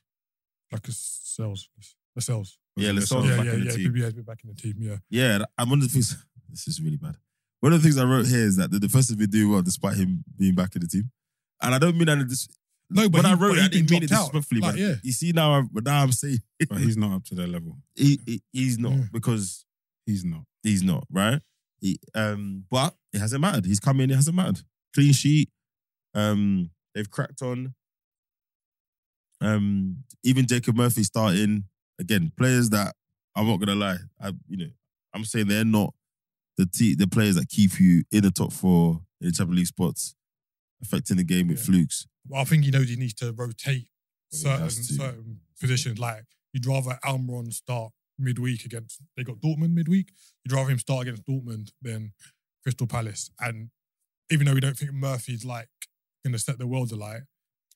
Like a sales. The sales. Yeah, it let's Lascelles? He's Yeah, back yeah, in the yeah. team. BBA has been back in the team. Yeah, Yeah, th- and one of the things [laughs] this is really bad. One of the things I wrote here is that the defensive been doing well despite him being back in the team, and I don't mean that. in Dis- No, when but he- I wrote but it, he I didn't been mean it dropped out. disrespectfully. Like, but yeah. you see now, I, but now I'm saying But he's not up to their level. he, he- he's not Yeah. because Hmm. He's not. he's not right. He, um, but it hasn't mattered. He's come in. It hasn't mattered. Clean sheet. Um, they've cracked on. Um, even Jacob Murphy starting again. Players that I'm not gonna lie. I you know I'm saying they're not the te- the players that keep you in the top four in the Champions League spots, affecting the game with Yeah. flukes. Well, I think he knows he needs to rotate I mean, he certain has to. certain positions. Like you'd rather Almiron start midweek against they got Dortmund midweek. You'd rather him start against Dortmund than Crystal Palace. And even though we don't think Murphy's like going to set the world alight,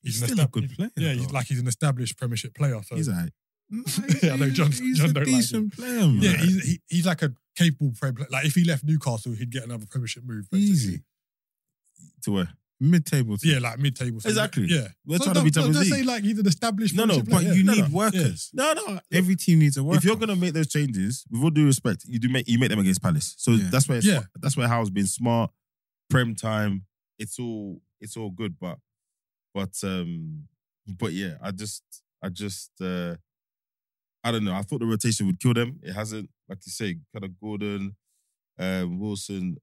he's, an still a estab- good player. yeah, he's though. like he's an established Premiership player. So He's like [laughs] I know John- he's John a don't like him. decent player, man. yeah, he's, he, he's like a capable Prem player. Like if he left Newcastle, he'd get another Premiership move. basically. easy. to where Mid-table. team. Yeah, like mid-table. So Exactly. Yeah. we're So trying to don't- be don't- Champions don't League. say like he's an established. No, no, Premiership But player. you Yeah. need no, no. workers. no, no. Every team needs a worker. if you're gonna make those changes, with all due respect, you do make you make them against Palace. So Yeah. that's where it's, Yeah. that's where Howe's been smart. Prem time, it's all it's all good, but but um but yeah, I just I just uh I don't know. I thought the rotation would kill them. It hasn't, like you say, kind of Gordon, um, Wilson,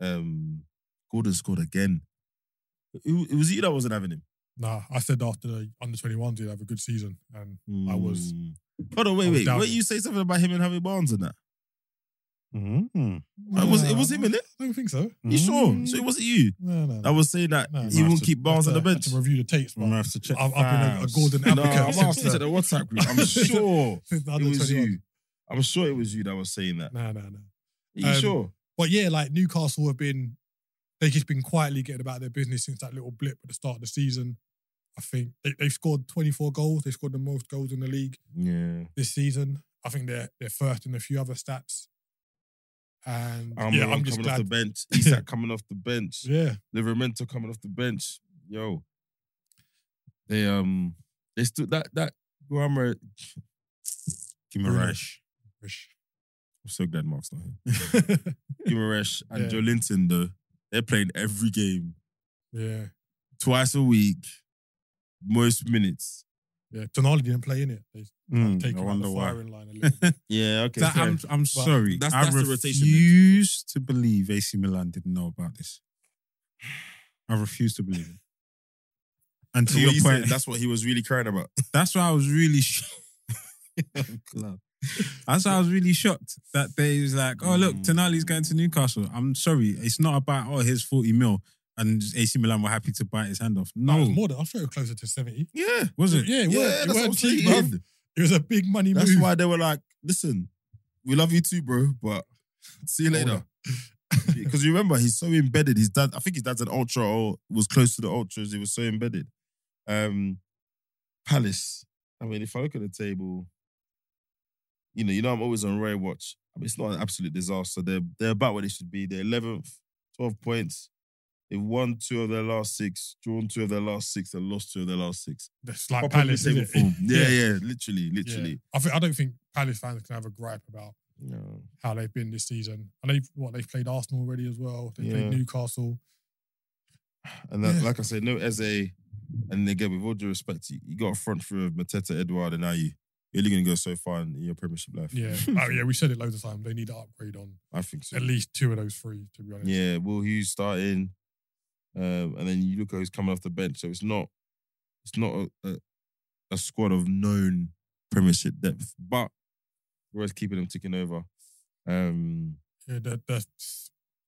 um, Gordon scored again. It, it was you that wasn't having him. Nah, I said after the under 21s, he'd have a good season. And I was- Mm. Hold on, wait, I was wait. doubting. Wait, you say something about him and Harvey Barnes and that? Mm-hmm. It was- it was him, innit? I don't think so. You sure? So it wasn't you No, no. that no. was saying that No, no, you I won't said- keep Barnes on the I had bench. to review the tapes, I'm gonna man. have to check. I've, I've been a, a files. golden No, applicant. I'm since asking to the- the WhatsApp group. I'm [laughs] sure since the it under was 21. you. I'm sure it was you that was saying that. Are No, no, no. you Um, sure? But yeah, like Newcastle have been, they've just been quietly getting about their business since that little blip at the start of the season. I think they, they've scored 24 goals. They scored the most goals in the league Yeah. this season. I think they're they're first in a few other stats. And I'm, yeah, I'm just coming off the glad. bench. [laughs] Isak coming off the bench. Yeah, Livermento coming off the bench. Yo, they um they still that that grammar. Guimaraes. I'm so glad Mark's not [laughs] here. Guimaraes and Yeah. Joe Linton though they're playing every game yeah, twice a week, most minutes. yeah. Tonali didn't play in it. Hmm, They Mm, take I him out wonder the why. firing line a little. bit. Yeah, okay. That- I'm, I'm sorry. that's- I that's the rotation then. refuse to believe AC Milan didn't know about this. I refuse to believe it. And to your point, that's, that's what he was really crying about. that's why I was really [laughs] shocked. that's why I was really shocked that they was like, oh, Hmm. look, Tonali's going to Newcastle. I'm sorry. It's not about, oh, here's 40 mil and AC Milan were happy to bite his hand off. That [laughs] was No, more than I thought it was closer to 70. Yeah, was it? Yeah, it yeah, weren't, that's it what I'm weren't cheap, saying. bruv. It was a big money That's move. why they were like, listen, we love you too, bro, but see you later. [laughs] Because you remember, he's so embedded. His dad, I think his dad's an ultra or was close to the ultras. He was so embedded. Um, Palace. I mean, if I look at the table, you know, you know, I'm always on Ray watch. I mean, it's not an absolute disaster. They're they're about where they should be. They're 11th, 12 points. They've won two of their last six, drawn two of their last six, and lost two of their last six. That's like Proper Palace. table isn't it? form. [laughs] Yeah, yeah, literally, literally. I, think, I don't think Palace fans can have a gripe about No. how they've been this season. And they've what they've played Arsenal already as well. They Yeah. played Newcastle. And that, Yeah. like I said, no Eze. And again, with all due respect, you, you got a front three of Mateta, Edward, and Ayu. You're only going to go so far in your Premiership life. [laughs] Yeah, oh yeah, we said it loads of times. They need to upgrade on I think so. at least two of those three. To be honest, Yeah, Will Hughes starting, um, and then you look at who's coming off the bench. So it's not, it's not a, a, a squad of known Premiership depth, but we're always keeping them ticking over. Um, Yeah, the, the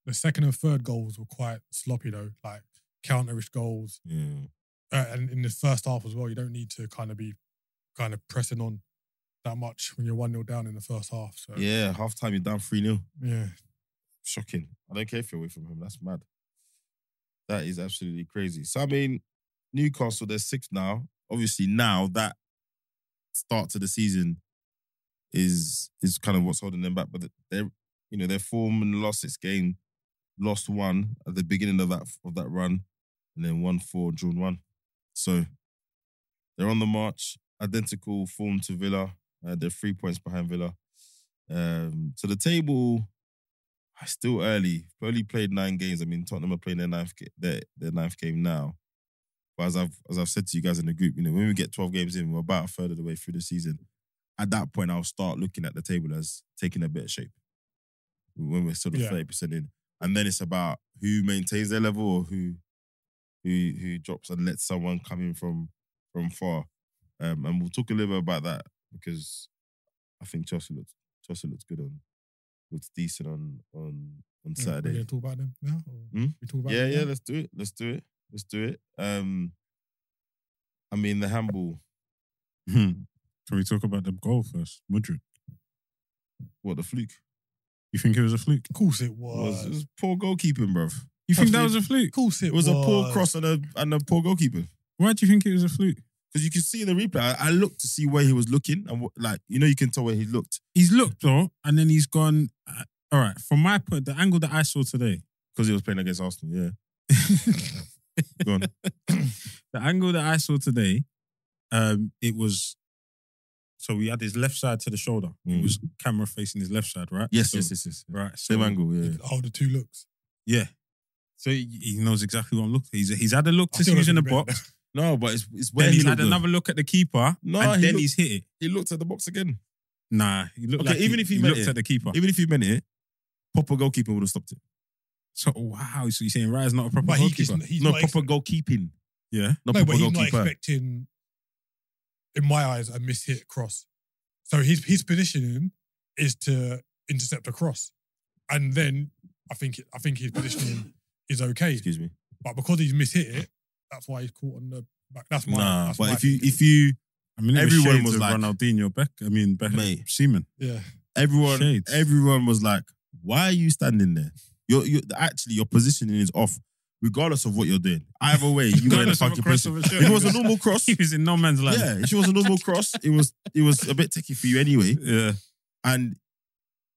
the second and third goals were quite sloppy though, like counterish goals. yeah, Uh, and in the first half as well, you don't need to kind of be kind of pressing on that much when you're one 0 down in the first half. So yeah. Half time you're down three 0 yeah, Shocking. I don't care if you're away from home. That's mad. That is absolutely crazy. So I mean, Newcastle, they're sixth now. Obviously, now that start to the season is is kind of what's holding them back. But they're you know, their form in the last six game, lost one at the beginning of that of that run, and then one four, drawn one. So they're on the march, identical form to Villa. Uh, they're three points behind Villa. Um, so the table ah, it's still early. We've only played nine games. I mean, Tottenham are playing their ninth ga- their, their ninth game now. But as I've as I've said to you guys in the group, you know, when we get twelve games in, we're about a third of the way through the season. At that point, I'll start looking at the table as taking a bit of shape when we're sort of Yeah. thirty percent in, and then it's about who maintains their level or who who who drops and lets someone come in from from far. Um, and we'll talk a little bit about that because I think Chelsea looks Chelsea looks good on looks decent on on on Yeah, We're Saturday. gonna talk about them now. or Hmm? We talk about Yeah, them yeah, now? let's do it. Let's do it. Let's do it. Um I mean the handball, Hmm. Can we talk about the goal first? Mudrid. what the fluke? You think it was a fluke? Of course it It was, was. it was poor goalkeeping, bruv. You think that Absolutely. was a fluke? Of course It was a poor cross and a and a poor goalkeeping. Why do you think it was a fluke? Because you can see in the replay, I, I looked to see where he was looking and what, like you know you can tell where he looked. He's looked though, and then he's gone. uh, all right, from my point, the angle that I saw today, [laughs] Because he was playing against Arsenal, yeah. Go on. [coughs] the angle that I saw today, um, it was. So we had his left side to the shoulder. It Mm. was camera facing his left side, right? Yes, So- yes, yes, yes. Right. So, Same angle, yeah. Oh, the two looks. Yeah. So he he knows exactly what I'm looking. He's he's had a look I to see still who's in don't the think we- box. No, but it's it's where Then he he's looked. had though. another look at the keeper, No, and he then looked- he's hit it. he looked at the box again. Nah, he looked Okay, like even he, if he he meant looked it. at the keeper. [laughs] Even if he meant it, proper goalkeeping would have stopped it. So wow, so you're saying Raya's not a proper But he goalkeeper? just, he's no, not proper goalkeeping. yeah. Not no, proper but he's not goalkeeper. expecting, in my eyes, a mishit cross. So his his positioning is to intercept a cross. And then I think it, I think his positioning is okay, Excuse me. but because he's mishit it, that's why he's caught on the back. That's my. Nah, that's but my if you thinking. if you I mean, it Everyone shades was of like- Ronaldinho, Beck. I mean, Beck, Mate. Seaman. yeah, everyone Shades. everyone was like, "Why are you standing there? You're, you actually your positioning is off, regardless of what you're doing. Either way, [laughs] you were in a Regardless of a fucking cross position. of a If it was a shirt. normal cross, [laughs] He was in no man's land. yeah, if it was a normal cross, it was it was a bit ticky for you anyway. yeah. And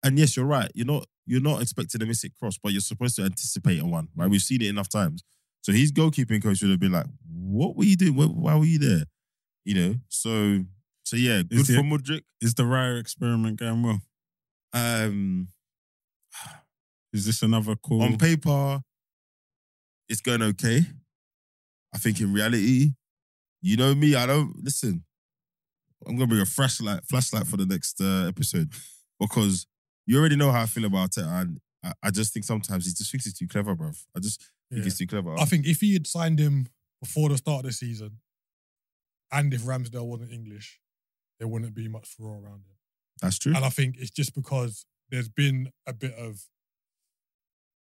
and yes, you're right. You're not you're not expecting a missed cross, but you're supposed to anticipate a one. Right? We've seen it enough times. So his goalkeeping coach would have been like, "What were you doing? Why- Why were you there?" You know. So so yeah, good it- for Mudrick. Is the Raya experiment going well? Um, Is this another call? on paper, it's going okay. I think in reality, you know me. I don't listen. I'm gonna bring a flashlight, flashlight for the next uh, episode because you already know how I feel about it, and I, I just think sometimes he just thinks he's too clever, bruv. I just yeah. think he's too clever. I think if he had signed him before the start of the season, and if Ramsdale wasn't English, there wouldn't be much furore around him. That's true. And I think it's just because there's been a bit of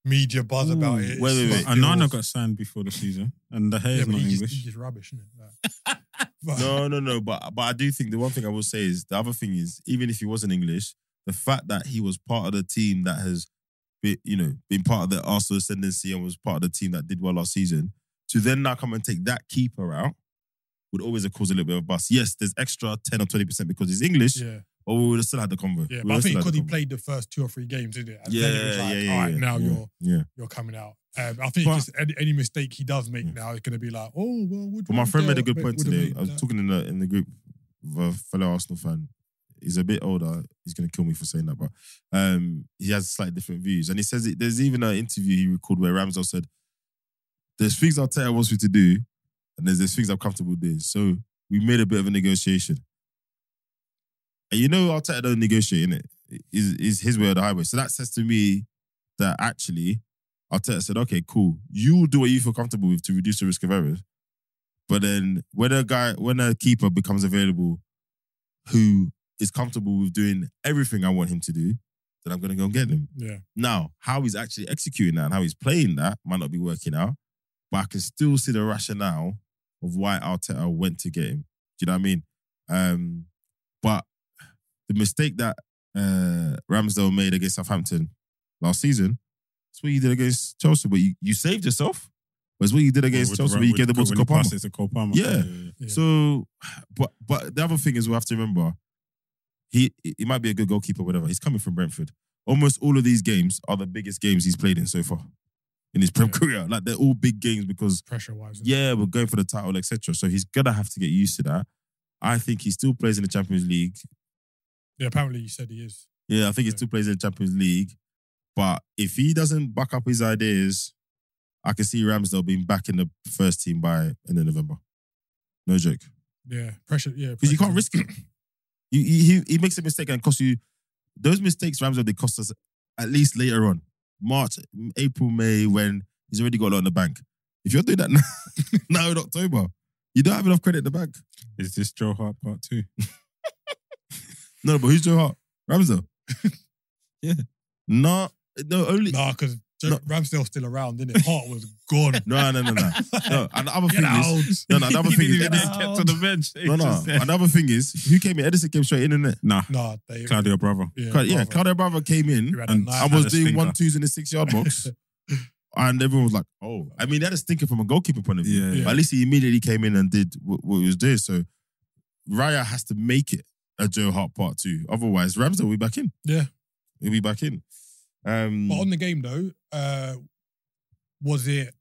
media buzz about Ooh, it. wait, wait, It's wait. like, it Mm. Anana was- got signed before the season, and the hair yeah, is but not he's just, English. he's just rubbish, isn't it? [laughs] but, No, no, no. But but I do think the one thing I will say is the other thing is even if he wasn't English, the fact that he was part of the team that has, be, you know, been part of the Arsenal ascendancy and was part of the team that did well last season, to then now come and take that keeper out would always have caused a little bit of bust. Yes, there's extra ten or twenty percent because he's English, Yeah, but we would have still had the convo. yeah. We But I would've think still had because the he convo. played the first two or three games, didn't it? And Yeah, then it was yeah, like, yeah, all right, yeah, now yeah. you're yeah. you're coming out. Um, I think But- it's just any, any mistake he does make Yeah. now is going to be like, oh well. Would Hmm. But my friend made a Ramsdale- good would- point would have today. made I was that. talking in the in the group with a fellow Arsenal fan. He's a bit older. He's gonna kill me for saying that, but um, he has slightly different views. And he says it, there's even an interview he recalled where Ramsdale said, "There's things Arteta wants me to do, and there's there's things I'm comfortable doing." So we made a bit of a negotiation. And you know, Arteta don't negotiate in it. Is is his way or the highway. So that says to me that actually, Arteta said, "Okay, cool. You do what you feel comfortable with to reduce the risk of errors." But then when a guy, when a keeper becomes available who is comfortable with doing everything I want him to do, then I'm gonna go and get him. Yeah, Now, how he's actually executing that and how he's playing that might not be working out, but I can still see the rationale of why Arteta went to get him. Do you know what I mean? Um, but the mistake that uh, Ramsdale made against Southampton last season, it's what you did against Chelsea, but you, you saved yourself. But it's what you did against With Chelsea, Ra- where you with- gave the ball to when he Copama. passed it to Copama. Yeah. yeah. So, but but the other thing is we have to remember, he he might be a good goalkeeper, whatever. He's coming from Brentford. Almost all of these games are the biggest games he's played in so far in his prem Yeah. career. Like they're all big games because pressure wise. yeah, we're going for the title, etc. So he's gonna have to get used to that. I think he still plays in the Champions League. yeah. Apparently, he said he is. Yeah, I think he Yeah. still plays in the Champions League. But if he doesn't back up his ideas, I can see Ramsdale being back in the first team by end of November. No joke. Yeah, pressure. Yeah, because you pressure. can't risk it. [clears throat] You, you, he, he makes a mistake and cost you. Those mistakes, Ramsdale, they cost us at least later on, March, April, May, when he's already got a lot in the bank. If you're doing that [laughs] now, now in October, you don't have enough credit in the bank. Is this Joe Hart part two? No, but who's Joe Hart? Ramsdale. [laughs] yeah. No, no, only. Nah, because No. Ramsdale's still around, isn't it? [laughs] Hart was gone. No, no, no, no. No, and the other [laughs] Get thing is. out. No, no, the other [laughs] He thing didn't is. even get kept on the bench. He No, no. just said- Another thing is, who came in? Edison came straight in, innit? Nah, Nah, they. Claudio Bravo. Yeah, yeah brother. Claudio Bravo came in. You had a And nice- I Had was a doing stinker. one twos in the six yard [laughs] box, and everyone was like, "Oh!" I mean, that is thinking from a goalkeeper point of view. Yeah. But at least he immediately came in and did what, what he was doing. So Raya has to make it a Joe Hart part two. Otherwise, Ramsdale will be back in. Yeah. he'll be back in. Um, But on the game though, uh, was it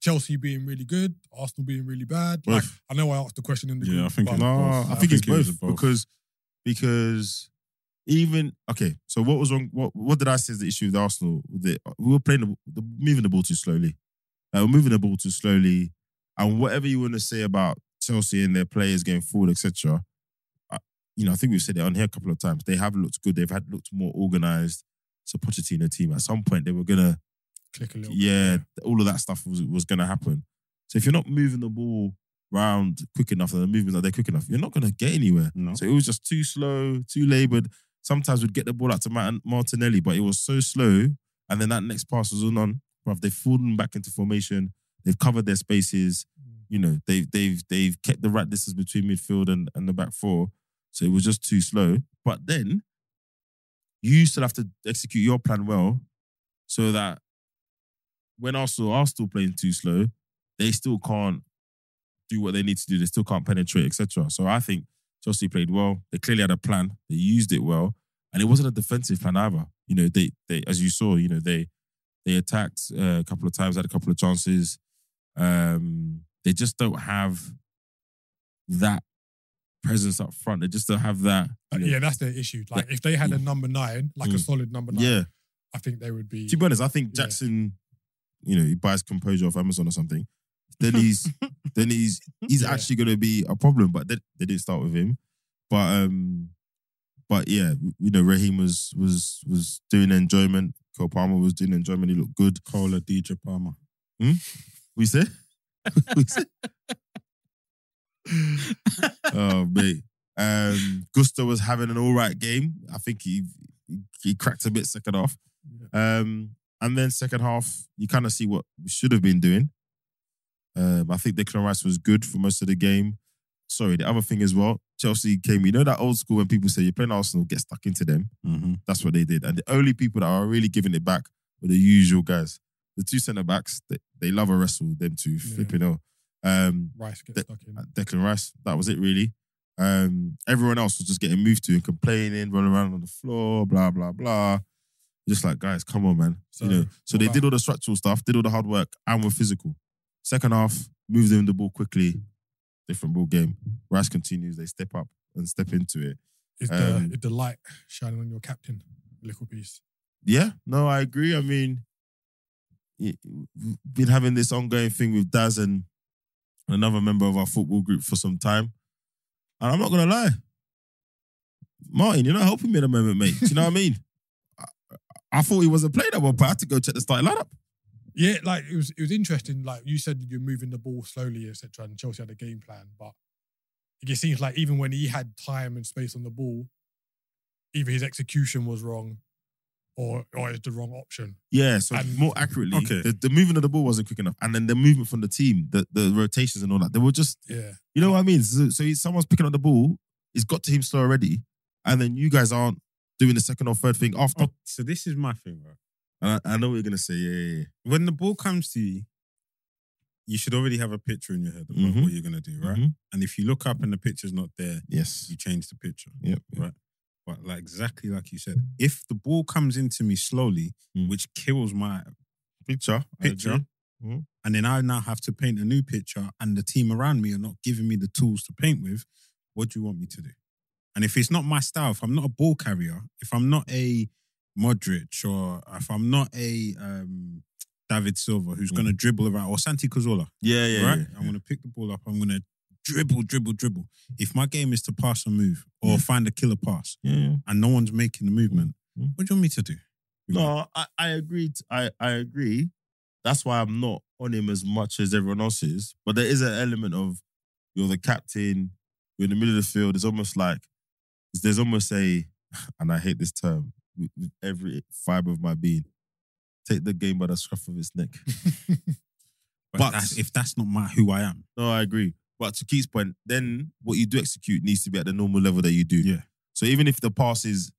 Chelsea being really good, Arsenal being really bad? Like, Both. I know I asked the question in the Yeah, group. I think but it- no, both. I I think it's think it was both, both. because because even okay. So what was wrong? What what did I say is the issue with Arsenal? With it, we were playing the, the moving the ball too slowly. Uh, we're moving the ball too slowly, and whatever you want to say about Chelsea and their players going forward, etc. I- You know, I think we've said it on here a couple of times. They have looked good. They've had looked more organized. It's a Pochettino team. At some point, they were gonna click a little. bit. yeah, all of that stuff was, was going to happen. So if you're not moving the ball round quick enough, and the movements are there quick enough, you're not going to get anywhere. No. So it was just too slow, too labored. sometimes we'd get the ball out to Martin- Martinelli, but it was so slow. And then that next pass was on. on bruv, they've fallen back into formation. They've covered their spaces. You know, they've they've they've kept the right distance between midfield and, and the back four. So it was just too slow. But then you still have to execute your plan well so that when Arsenal are still playing too slow, they still can't do what they need to do. They still can't penetrate, etc. So I think Chelsea played well. They clearly had a plan. They used it well, and it wasn't a defensive plan either. You know, they they as you saw, you know they they attacked uh, a couple of times, had a couple of chances. Um, they just don't have that presence up front. They just don't have that. you But know- yeah, that's their issue. Like if they had a number nine, like a Mm. solid number nine, yeah. I think they would be. To be honest, I think Mm. Yeah. Jackson, you know, he buys composure off Amazon or something. Then he's then he's he's Yeah. actually gonna be a problem. But they, they didn't start with him. But um, but yeah, you know, Raheem was was was doing enjoyment. Cole Palmer was doing enjoyment. He looked good. Cola DJ Palmer. We say, [laughs] we say. oh mate, um, Gusto was having an all right game. I think he he, he cracked a bit second half, um, and then second half you kind of see what we should have been doing. Um, I think Declan Rice was good for most of the game. Sorry, the other thing as well, Chelsea came. You know that old school when people say you're playing Arsenal, get stuck into them. Mm-hmm. That's what they did. And the only people that are really giving it back were the usual guys. The two centre backs, they, they love a wrestle, them two, flipping hell. Um, Rice gets That- stuck in. Declan Rice, that was it really. Um, everyone else was just getting moved to and complaining, running around on the floor, blah, blah, blah. Just like, guys, come on, man. So, you know, so they what did all the structural stuff, did all the hard work, and were physical. Second half, moved them the ball quickly, different ball game. Rice continues, they step up and step into it. Is the um, is the light shining on your captain? A little piece. Yeah, no, I agree. I mean, y- we've been having this ongoing thing with Daz and another member of our football group for some time. And I'm not going to lie, Martin, you're not helping me at the moment, mate. Do you know what I mean? [laughs] I, I thought he was a player that well, but I had to go check the starting lineup. Yeah, like it was it was interesting. Like you said, you're moving the ball slowly, etc. And Chelsea had a game plan, but it seems like even when he had time and space on the ball, either his execution was wrong, or or it's the wrong option. Yeah, so And- more accurately, Okay. the, the movement of the ball wasn't quick enough. And then the movement from the team, the, the rotations and all that, they were just Yeah, You know what I mean? So, so he's, someone's picking up the ball, it's got to him slow already, and then you guys aren't doing the second or third thing after. so this is my thing, right? And I, I know what you're gonna say, yeah, yeah, yeah. When the ball comes to you, you should already have a picture in your head about Mhm. what you're gonna do, right? Mhm. And if you look up and the picture's not there, Yes. you change the picture. Yep. Right. But like exactly like you said, if the ball comes into me slowly, Mm. which kills my Picture. I picture, agree. Mhm. and then I now have to paint a new picture, and the team around me are not giving me the tools to paint with, what do you want me to do? And if it's not my style, if I'm not a ball carrier, if I'm not a Modric, or if I'm not a um, David Silva who's going to dribble around, or Santi Cazorla, Mm. Yeah, yeah, right? yeah. I'm going to pick the ball up. I'm going to dribble, dribble, dribble. If my game is to pass and move or Yeah. find a killer pass Yeah, yeah. and no one's making the movement, Mm. what do you want me to do? No, I, I agreed. I, I agree. That's why I'm not on him as much as everyone else is. But there is an element of you're the captain, you're in the middle of the field. It's almost like there's almost a, [laughs] and I hate this term with, with every fiber of my being. Take the game by the scruff of its neck. But, But- that's, if that's not my who I am, No, I agree. But to Keith's point, then what you do execute needs to be at the normal level that you do. Yeah. So even if the pass is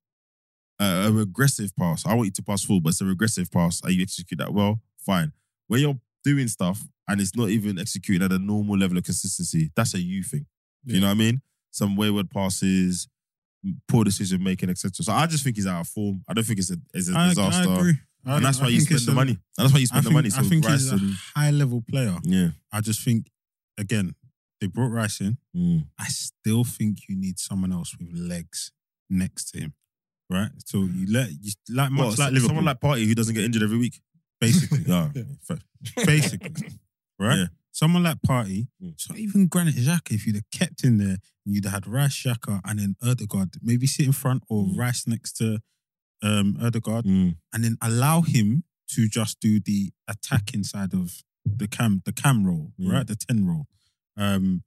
a, a regressive pass, I want you to pass forward, but it's a regressive pass, and you execute that well, fine. When you're doing stuff and it's not even executed at a normal level of consistency, that's a you thing. You Yeah. know what I mean? Some wayward passes, poor decision making, etc. So I just think he's out of form. I don't think it's a, it's a I, disaster. I agree. And that's I why you think spend it's the a- money. And that's why you I spend think, the money. I So think Rice he's a and, high level player. yeah. I just think, again, they brought Rice in. Mm. I still think you need someone else with legs next to him, right? So you let, you, like much Well, like so- Liverpool, someone like Party who doesn't get injured every week. basically, oh, Yeah. [laughs] Yeah. fair. [laughs] basically, right? Yeah. Someone like Party, Mm. so even Granit Xhaka, if you'd have kept in there, you'd have had Rice, Xhaka, and then Erdegaard, maybe sit in front or Mm. Rice next to um, Erdegaard, Mm. and then allow him to just do the attacking side of the cam, the cam roll, Mm. right? The ten roll. Um,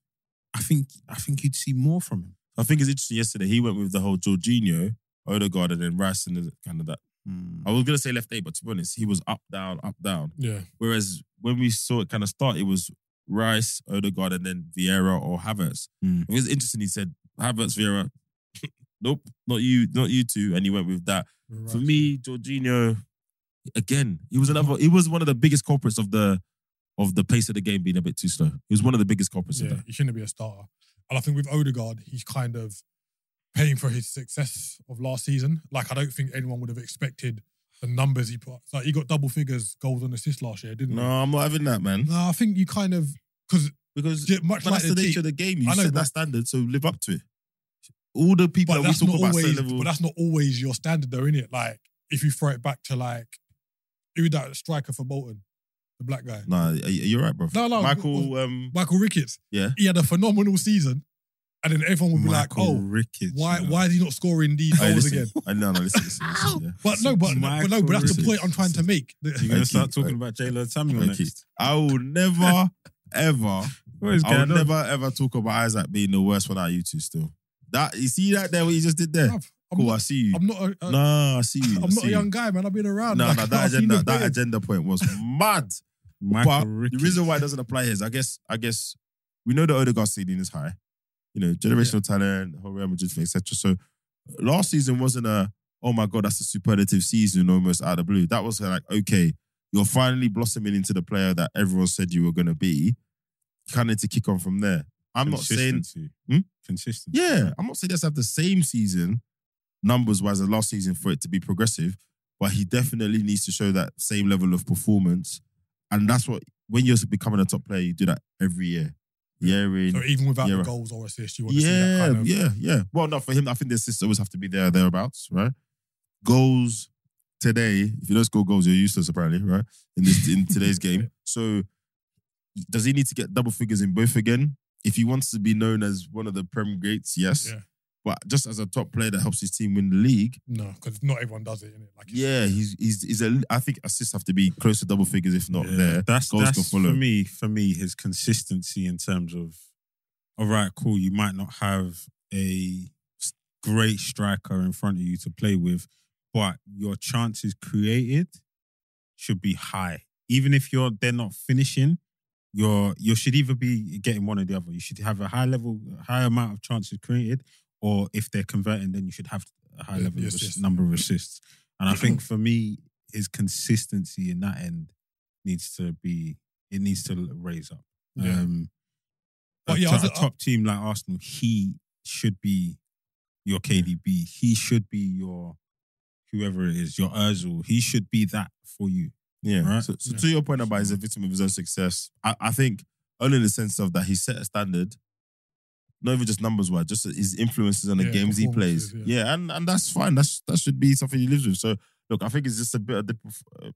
I think I think you'd see more from him. I think it's interesting yesterday. He went with the whole Jorginho Odegaard and then Rice and kind of that. Hmm. I was gonna say left eight, but to be honest, he was up, down, up, down. Yeah. Whereas when we saw it kind of start, it was Rice, Odegaard, and then Vieira or Havertz. Mm. It was interesting. He said Havertz, Vieira. [laughs] nope, not you, not you two, and he went with that. Right. For me, Jorginho, again, he was another. He was one of the biggest culprits of the of the pace of the game being a bit too slow. He was one of the biggest culprits of yeah, that. he shouldn't be a starter. And I think with Odegaard, he's kind of paying for his success of last season. Like I don't think anyone would have expected the numbers he put. Like he got double figures goals and assists last year, didn't No, I'm not having that, he? man. No, I think you kind of because Because much but like that's the nature team- of the game. You I know, set but- that standard, so live up to it. All the people that but we that's talk not about always. set level. But that's not always your standard, though, innit? Like if you throw it back to like who was that striker for Bolton, the black guy, Nah, y- you're right, bro. No, no, Michael. Um, Michael Ricketts. Yeah. he had a phenomenal season, and then everyone would be Michael like, "Oh, Ricketts. why? you know. Why is he not scoring these hey, goals listen. again?" I know, no, listen, listen, listen, [laughs] yeah. But no, but, but no, but that's the Michael point I'm trying to make. You're The- gonna Thank start you. talking about Jalen Samuel Thank you. next. I will never, ever, [laughs] What is I will going on? never, ever talk about Isaac being the worst one out of you two. Still, that you see that there, what you just did there. Bruv, I'm cool, not, I see you. [laughs] I'm not a, a, nah, I see you. I I'm not see a you. young guy, man. I've been around. No, Like, no, [laughs] I've that seen agenda, the that players. agenda point [laughs] was mad. Michael but Ricketts. The reason why it doesn't apply is, I guess, I guess we know the Odegaard ceiling is high. You know, generational talent, whole Real Madrid thing, etc. So last season wasn't a oh my god, that's a superlative season almost out of the blue. That was like okay, you're finally blossoming into the player that everyone said you were going to be. Kind of to kick on from there. I'm not saying Consistency. Hmm? consistency. yeah, I'm not saying he has to have the same season numbers wise as last season for it to be progressive, but he definitely needs to show that same level of performance. And that's what when you're becoming a top player, you do that every year. Year in. So even without Yeah, the right. goals or assists, you want to see that yeah, kind of. yeah, yeah. Well, not for him. I think the assists always have to be there thereabouts, right? Goals today. If you don't score goals, you're useless apparently, right? In this [laughs] in today's game. So does he need to get double figures in both again? If he wants to be known as one of the Prem greats, yes. Yeah. But just as a top player that helps his team win the league, No, because not everyone does it. Innit? Like, yeah, he's he's, he's a. I think assists have to be close to double figures, if not Yeah, there. That's, Goals that's can for follow. me. For me, his consistency in terms of, all right, cool. You might not have a s- great striker in front of you to play with, but your chances created should be high. Even if you're they're not finishing, you're you should either be getting one or the other. You should have a high level, high amount of chances created, or if they're converting, then you should have a high The- level the of ass- assist. number of assists. And I think for me, his consistency in that end needs to be it needs to raise up. Yeah. Um, But a, yeah, I to- was- a top team like Arsenal, he should be your KDB. He should be your whoever it is, your Özil. He should be that for you. Yeah. Right? So, so Yeah. to your point about he's a victim of his own success, I, I think only in the sense of that he set a standard, not even just numbers wise, just his influences on the Yeah, games he plays. performances, Yeah. and and that's fine. That's that should be something he lives with. So look, I think it's just a bit of dip of, uh,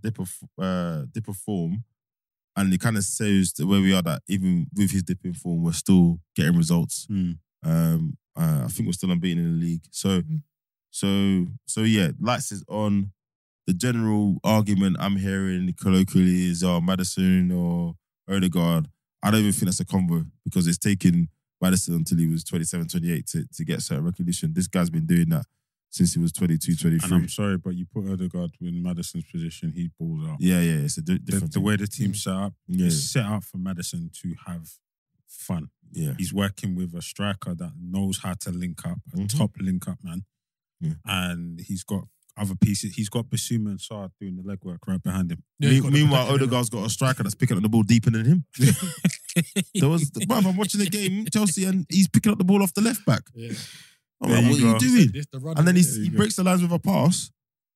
dip of, uh, dip of form, and it kind of shows the way we are that even with his dipping form, we're still getting results. Hmm. Um, uh, I think we're still unbeaten in the league. So, Mhm. so, so yeah, lights is on. The general argument I'm hearing colloquially is uh, Madison or Odegaard. I don't even think that's a combo because it's taken Madison until he was 27, 28 to, to get certain recognition. This guy's been doing that since he was 22, 23. And I'm sorry, but you put Odegaard in Madison's position, he balls out. yeah, yeah, it's a di- The, different the thing. way the team Mm. set up Yeah, is set up for Madison to have fun. yeah. He's working with a striker that knows how to link up, a Mhm. top link up man. Yeah. And he's got other pieces. He's got Basuma and Saad doing the legwork right behind him. [laughs] Yeah, he's Me- got the meanwhile, protection, innit? Odegaard's got a striker that's picking up the ball deeper than [laughs] him. there was, bruv, I'm watching the game, Chelsea, and he's picking up the ball off the left back. Yeah. I'm There like, you what are you go. doing? This the running, And then he's, innit? he breaks the lines with a pass.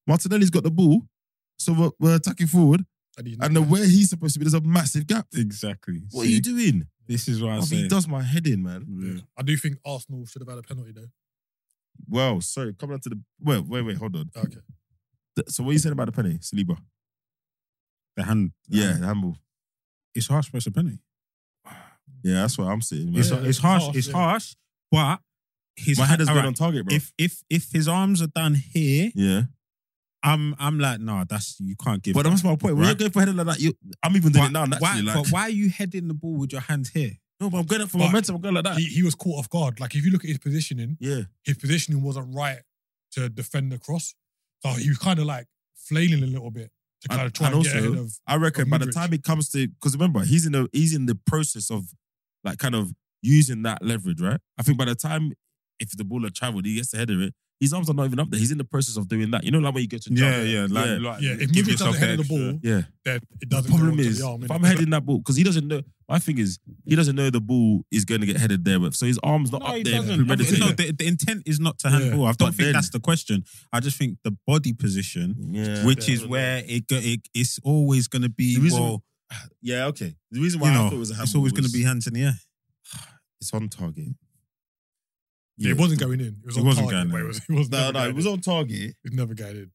Martinelli's got the ball. So we're, we're attacking forward. and he's And the where he's supposed to be, there's a massive gap. Exactly. What See, are you doing? This is what I Bruv, he say. does my head in, man. Yeah. I do think Arsenal should have had a penalty though. Well, sorry, coming up to the. Wait, wait, wait, hold on. Okay. Th- So what are you saying about the penny, Saliba? The hand. the Yeah, hand. the handball. It's harsh, but it's a penny. Yeah, that's what I'm saying. Man. It's, Yeah, it's it's harsh. harsh, It's yeah. harsh, but his my head has all been right, on target, bro. If if if his arms are down here, yeah, I'm I'm like, nah, that's you can't give. but that. that's my point. When you're Right. going for heading like that, you, I'm even doing it now. Why- Naturally, why, like, but why are you heading the ball with your hands here? no, but I'm going up for But momentum. I'm going like that. He, he was caught off guard. Like if you look at his positioning, yeah, his positioning wasn't right to defend the cross. So he was kind of like flailing a little bit to And- kind of try and and, get also- ahead of. I reckon Of by the Mudryk. time it comes to because remember he's in the he's in the process of like kind of using that leverage, right? I think by the time if the ball had travelled, he gets ahead of it. His arms are not even up there. He's in the process of doing that. You know, like when you get to Yeah, jump, yeah, like, yeah. like Yeah, if give Mudryk yourself doesn't head the extra- ball, yeah. then it The doesn't. go problem onto is the arm, if innit? I'm heading that ball because he doesn't know. My thing is he doesn't know the ball is going to get headed there with, so his arms not No, up he there. doesn't. But premeditated. no, the, the intent is not to Yeah. handball. I don't But think then- that's the question. I just think the body position, yeah, which Yeah. is where it, go, it it's always going to be. The reason- well, yeah, okay. The reason you why I know, thought it was a handball it's always going was- to be hands in the air. it's on target. Yeah, [laughs] it wasn't going in. It was It on wasn't going target, but in. It was, it was no, never no, it going was in. on target. It was never going in.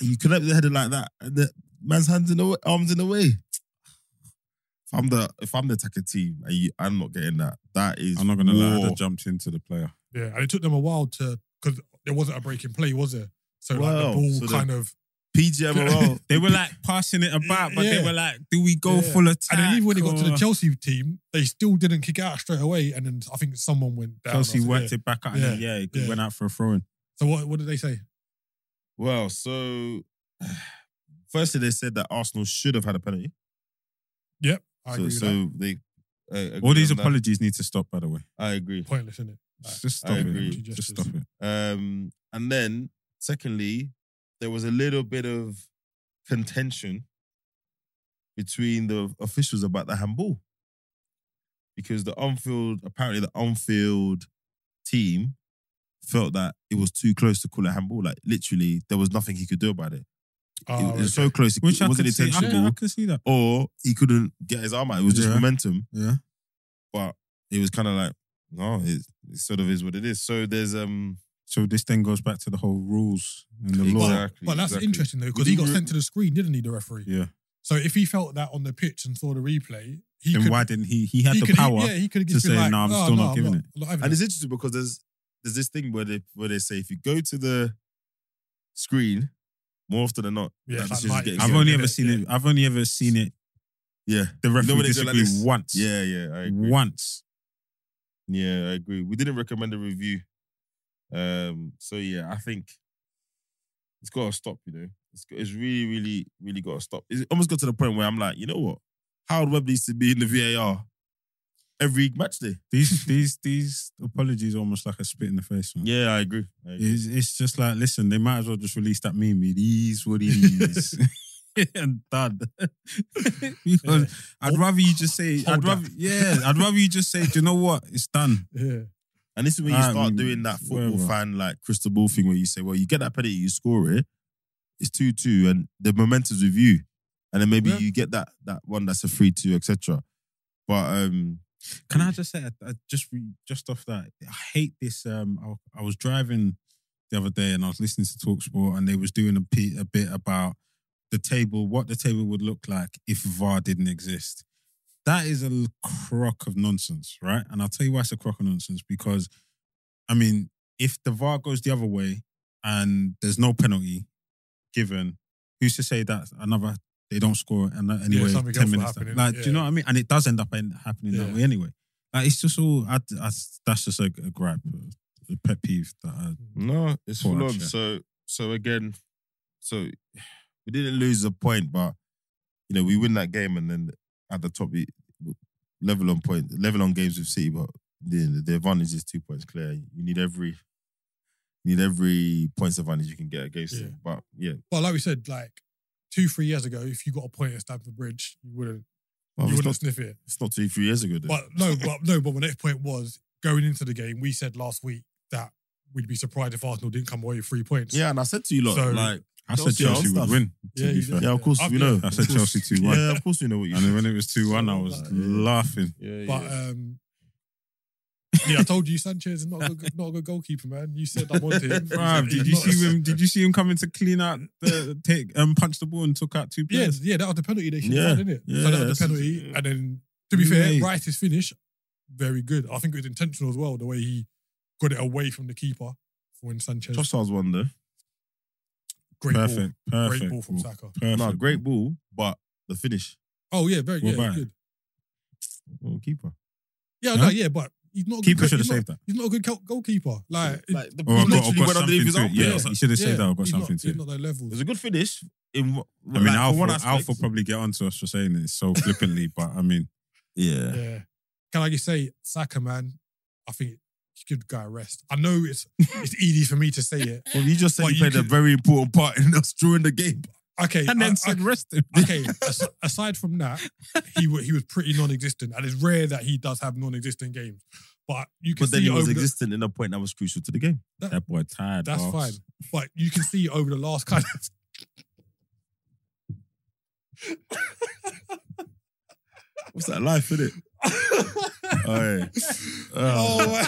you connect the header like that, and the man's hands in the way, arms in the way. If I'm the if I'm the attacking team, and you, I'm not getting that. That is I'm not going to lie. I war. just jumped into the player. Yeah, and it took them a while to because there wasn't a break in play, was there? So like Well, the ball so the- kind of, PGMOL. [laughs] They were like passing it about, but they Yeah. were like, "Do we go Yeah. full attack?" and then even when it got to the or- Chelsea team, they still didn't kick it out straight away, and then I think someone went down. or Chelsea something. worked Yeah. it back out, and then, yeah, it Yeah. went out for a throw-in. So what? What did they say? well, so [sighs] firstly they said that Arsenal should have had a penalty. so I agree. so with that. they I agree All these on that. apologies need to stop. By the way, I agree. Pointless, isn't it? just stop I agree. it. Just stop it. Um, and then secondly, there was a little bit of contention between the officials about the handball. Because the on-field, apparently the on-field team felt that it was too close to call a handball. Like literally, there was nothing he could do about it. it Oh, was okay. so close. It Which I wasn't could see. I, intentional. I could see that. Or he couldn't get his arm out. It was just Yeah. momentum Yeah. but it was kind of like, no, it, it sort of is what it is. So there's um So this then goes back to the whole rules and the law. Exactly. But that's exactly. interesting though, because he got Didn't- sent to the screen, didn't he? The referee. Yeah. So if he felt that on the pitch and saw the replay, he Then could. why didn't he? He had he the could, power. yeah, he could have to just been say, like, "Nah, I'm "Oh, still no, not giving it." Not having and it. it's interesting because there's there's this thing where they where they say if you go to the screen more often than not, Yeah, that it's decision's like getting- light. I've yeah, only Yeah. ever seen it. I've only ever seen it. yeah, The referee know when they go like disagree this? once. yeah, yeah, I agree. once. yeah, I agree. We didn't recommend a review, um, so yeah, I think it's got to stop. You know, it's got, it's really, really, really got to stop. It's almost got to the point where I'm like, you know what, Howard Webb needs to be in the VAR every match day. These these these apologies are almost like a spit in the face. Man. Yeah, I agree. I agree. It's, it's just like, listen, they might as well just release that meme. It is what it is. [laughs] and done. [laughs] because I'd rather you just say, Hold I'd rather, yeah, I'd rather you just say, do you know what? It's done. yeah. And this is when you Um, start doing that football whatever. fan like crystal ball thing where you say, well, you get that penalty, you score it, it's two two, and the momentum's with you, and then maybe Yeah. you get that that one that's a three two, etc. But um, Can Mm. I just say, I, I just re- just off that, I hate this. Um, I, I was driving the other day and I was listening to Talksport, and they was doing a, pe- a bit about the table, what the table would look like if VAR didn't exist. That is a l- crock of nonsense, right? And I'll tell you why it's a crock of nonsense because, I mean, if the VAR goes the other way and there's no penalty given, who's to say that another they don't score and that anyway something else ten will minutes? happen, down? Like, do you yeah. know what I mean? And it does end up in, happening that Yeah. way anyway. Like, it's just all I, I, that's just a, a gripe, a pet peeve that I no, it's Poor full on. Archer. So so again, so we didn't lose a point, but you know we win that game, and then at the top we level on point, level on games with City, but the the advantage is two points clear. You need every. you Need every points advantage you can get against Yeah. them, but yeah, But like we said, like two, three years ago, if you got a point at Stamford Bridge, you wouldn't, Well, you it's, wouldn't not, sniff it. it's not two, three years ago. Then. But no, but no. But my next point was going into the game. We said last week that we'd be surprised if Arsenal didn't come away with three points. yeah, and I said to you, lot, So- like, I said Chelsea are Chelsea would stuff. win. To Yeah, be you fair, did. yeah, of course I've- we know. yeah. I said Of course. Chelsea 2-1. [laughs] Yeah, of course we know what you. and then when uh, it was two one, I was Yeah. [laughs] laughing. yeah, But um, yeah, I told you Sanchez is not a good, not a good goalkeeper, man. You said that one to him. [laughs] Bruv, did you see him? Did you see him coming to clean out the take um, punch the ball and took out two Yeah, players? yeah, that was the penalty they should Yeah, have had, innit? yeah, so that that's- was the penalty. And then, to be Mate. fair, Rice's finish, very good. I think it was intentional as well, the way he got it away from the keeper for when Sanchez. Trossard's one though. great perfect, ball. perfect, Great ball from ball, Saka. perfect. No, great ball, but the finish, Oh, yeah, very Well, yeah, Bayern. good. oh, keeper. Huh? Yeah, no, yeah, but he's not. A Keeper good, should have he's not- saved that. He's not a good goal- goalkeeper. Like, Like, the, Or literally I've got, I've got went under something his to it. armpit. Yeah, Yeah. he should have saved that. I've got he's something not, to he's it. not their level. It was a good finish. In I I mean, Alpha, Alpha probably get onto us for saying [laughs] this so flippantly, but I mean, Yeah. Yeah. Can I just say, Saka, man? I think he could guy a rest. I know it's it's easy for me to say it. Well, you just said But you you played a could- very important part in us during the game, Okay. and then I- said rest him. I- [laughs] okay. as- aside from that, he wa- he was pretty non-existent, and it's rare that he does have non-existent games. But you can But then see he was over the, existent in a point that was crucial to the game. That- That boy tired. that's boss. fine. But you can see over the last kind of [laughs] What's that life, innit? [laughs] Aye. oh,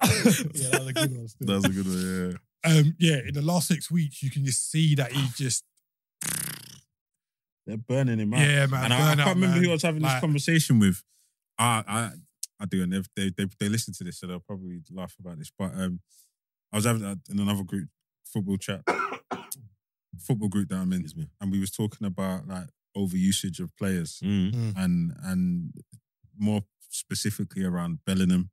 Oh, man. yeah, that was a good one. Still. that's a good one. Yeah. Um, yeah, in the last six weeks, you can just see that he just They're burning him out. yeah, man. and I, I burnout, can't remember man. who I was having this Like- conversation with. I, I, I do, and they've- they, they, they listen to this, so they'll probably laugh about this. But um, I was having that in another group football chat, [coughs] football group that I'm in, Excuse me. and we was talking about like over usage of players, Mm. and and more specifically around Bellingham,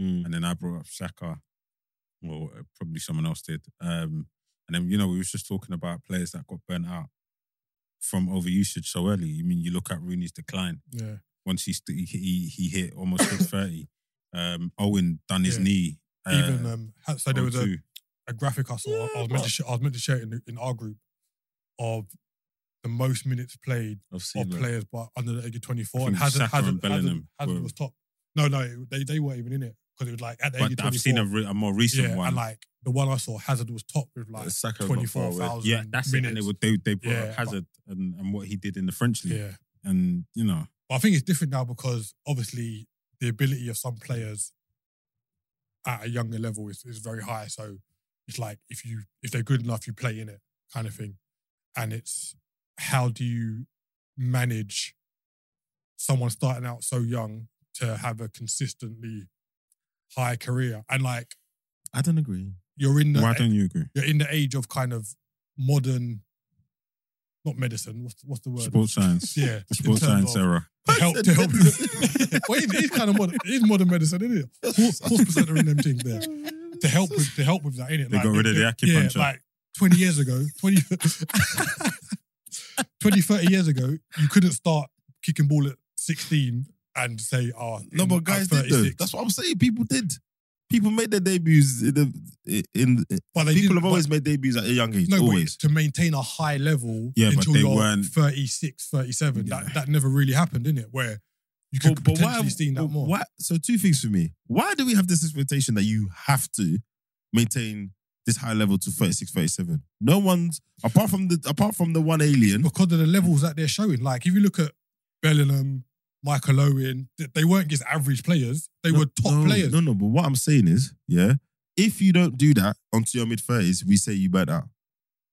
Mm. and then I brought up Saka, or probably someone else did. Um, and then you know we was just talking about players that got burnt out from overusage so early. You mean you look at Rooney's decline Yeah, once he st- he, he he hit almost [coughs] hit thirty. Um, Owen done his Yeah. knee. Uh, oh, even um, ha- so there was a, 02. a graphic I saw. I was meant to sh- I was meant to share it in, the, in our group of the most minutes played I've of seen that. players but under the age of twenty I four, and think Hazard, Saka Hazard, and Hazard, Bellingham Hazard were- was top. No, no, they they weren't even in it because it was like at the age of But I've twenty seen a, four. re- a more recent Yeah, one. Uh, and like the one I saw, Hazard was top with like Saka twenty four thousand. yeah, that's it. And they, would, they they brought Yeah, up Hazard and, and what he did in the French league, Yeah. and you know, But I think it's different now because obviously the ability of some players at a younger level is, is very high. So it's like if you if they're good enough, you play in it kind of thing. And it's how do you manage someone starting out so young to have a consistently high career? And like I don't agree. you're in the why don't you agree? you're in the age of kind of modern not medicine, what's what's the word? Sports science, Yeah. [laughs] in sports terms science of- era. to help to help. [laughs] [laughs] well, it is kind of modern. It is modern medicine, isn't it? Horse, horse percent are in them things there to help with to help with that, innit? They got rid of the acupuncture. Yeah, like twenty [laughs] years ago, 20, 20, 30 years ago, you couldn't start kicking ball at sixteen and say, "Oh, No, in- but at guys did though. 36. That's what I'm saying. People did. People made their debuts. In the, in, But people they didn't- have always but- made debuts at a young age. no, but always. to maintain a high level Yeah, but until they you're weren't- 36, 37. Yeah. That that never really happened, didn't it? Where you could potentially seen that but more. why- So two things for me. Why do we have this expectation that you have to maintain this high level to 36, 37? No one's apart from the apart from the one alien. because of the levels that they're showing. Like if you look at Bellingham, Michael Owen, th- they weren't just average players; they No, were top no, players. No, no. But what I'm saying is, yeah, if you don't do that until your mid thirties, we say you burnt out.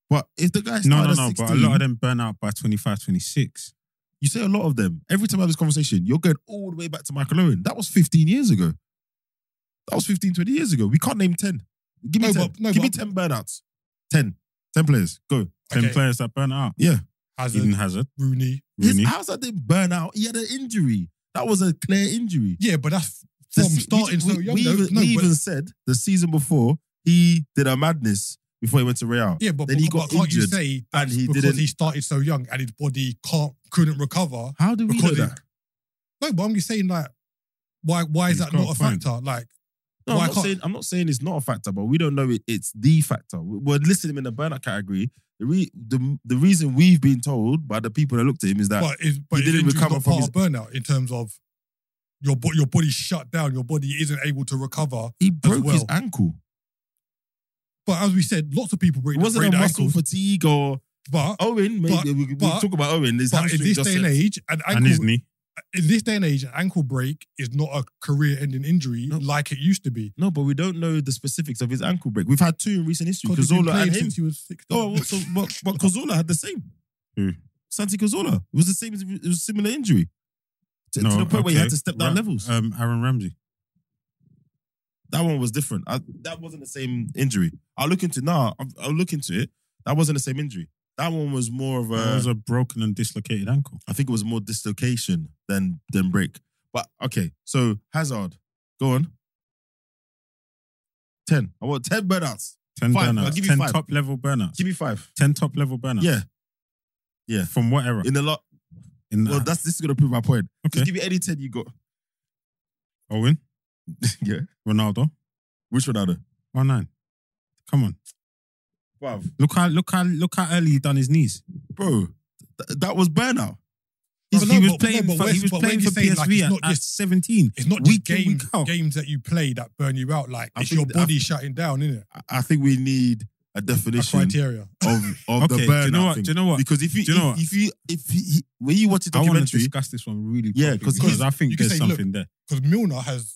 But if the guys No, no, no. But a lot of them burn out by 25, 26. You say a lot of them. Every time I have this conversation, you're going all the way back to Michael Owen. That was 15 years ago. That was 15, 20 years ago. We can't name 10. Give me No, 10. but- no, Give but- me 10 burnouts. 10. 10 players. Go. Ten Okay. players that burn out. Yeah. Hazard, Mm. Eden Hazard, Rooney, His Rooney. house that didn't burn out. He had an injury. That was a clear injury. yeah, but that's from The se- starting we, so young. We, though. even, no, we but, even said the season before he did a madness before he went to Real. yeah, but, then he but got can't you injured say that's he because didn't- he started so young and his body can't couldn't recover? How do we know Because he- that? No, but I'm just saying like, why why is You that not a can't find- factor? Like, No, Why I'm not, can't- saying, I'm not saying it's not a factor, but we don't know it, it's the factor. We- We're listing him in the burnout category. The, re, the, the reason we've been told by the people that looked at him is that but is but he is didn't injury recover not from part his- of burnout in terms of your bo- your body shut down, your body isn't able to recover. he broke his well. ankle. But as we said, lots of people break It wasn't break a their muscle ankles, fatigue or but Owen. Maybe But- we, we but- talk about Owen. His But in hamstring this just day and said- age, an and his ankle, knee. in this day and age, an ankle break is not a career-ending injury No. like it used to be. No, but we don't know the specifics of his ankle break. We've had two in recent history. Because he's been Cazorla playing and him. since he was 16. Oh, well, so, but, [laughs] but Cazorla had the same. Who? Santi Cazorla. It was the same. It was a similar injury. To, to the point where he okay. had to step down Ra- levels. Um, Aaron Ramsey. That one was different. I, that wasn't the same injury. I'll look into now. I'll, I'll look into it. That wasn't the same injury. That one was more of That a. was a broken and dislocated ankle. I think it was more dislocation than than break. But okay, so Hazard, go on. Ten. I want ten burnouts. Ten Five. I'll burnouts. give you Ten five. top level burnouts. Give me five. Ten top level burnouts. Yeah. Yeah. From what era? In the lot. In Well, that's this is gonna prove my point. Just okay. give me any ten you [laughs] got. Owen, yeah. Ronaldo, Which Ronaldo? oh nine. Come on. Wow. Look how look how look how early he done his knees. Bro, th- that was burnout. He's- But he no, was but- playing. no, but for, he when- was but playing when you for say, PSV like, it's at, not at just- seventeen. It's not just Week in, game, week out. games that you play that burn you out. Like I it's think your that- body shutting down, isn't it? I- I think we need a A definition criteria. of, of [laughs] the Okay. Do burnout. you know what? thing. Do you know what? Because if you, Do you know if, what? if you if he, he- when you watch the I want to documentary, discuss this one really. Yeah, properly 'cause because I you think can there's say, look, something there. Because Milner has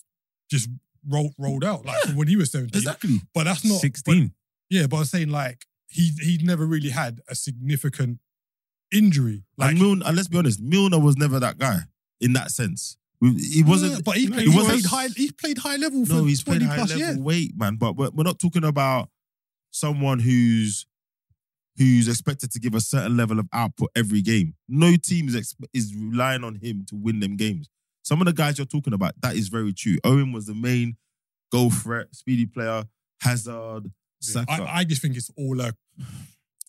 just rolled rolled out like from when he was seventeen. exactly. But that's not but- Sixteen. yeah, but I'm saying like he he never really had a significant injury. Like and, Milner, and let's be honest, Milner was never that guy in that sense. We- He wasn't. Yeah, but he no, played, he he wasn't- played high. He played high level for no, he's played twenty high plus level years. weight, man. But we're, we're not talking about someone who's who's expected to give a certain level of output every game. No team is exp- is relying on him to win them games. Some of the guys you're talking about, that is very true. Owen was the main goal threat, speedy player. Hazard, Saka. I, I just think it's all a 'Cause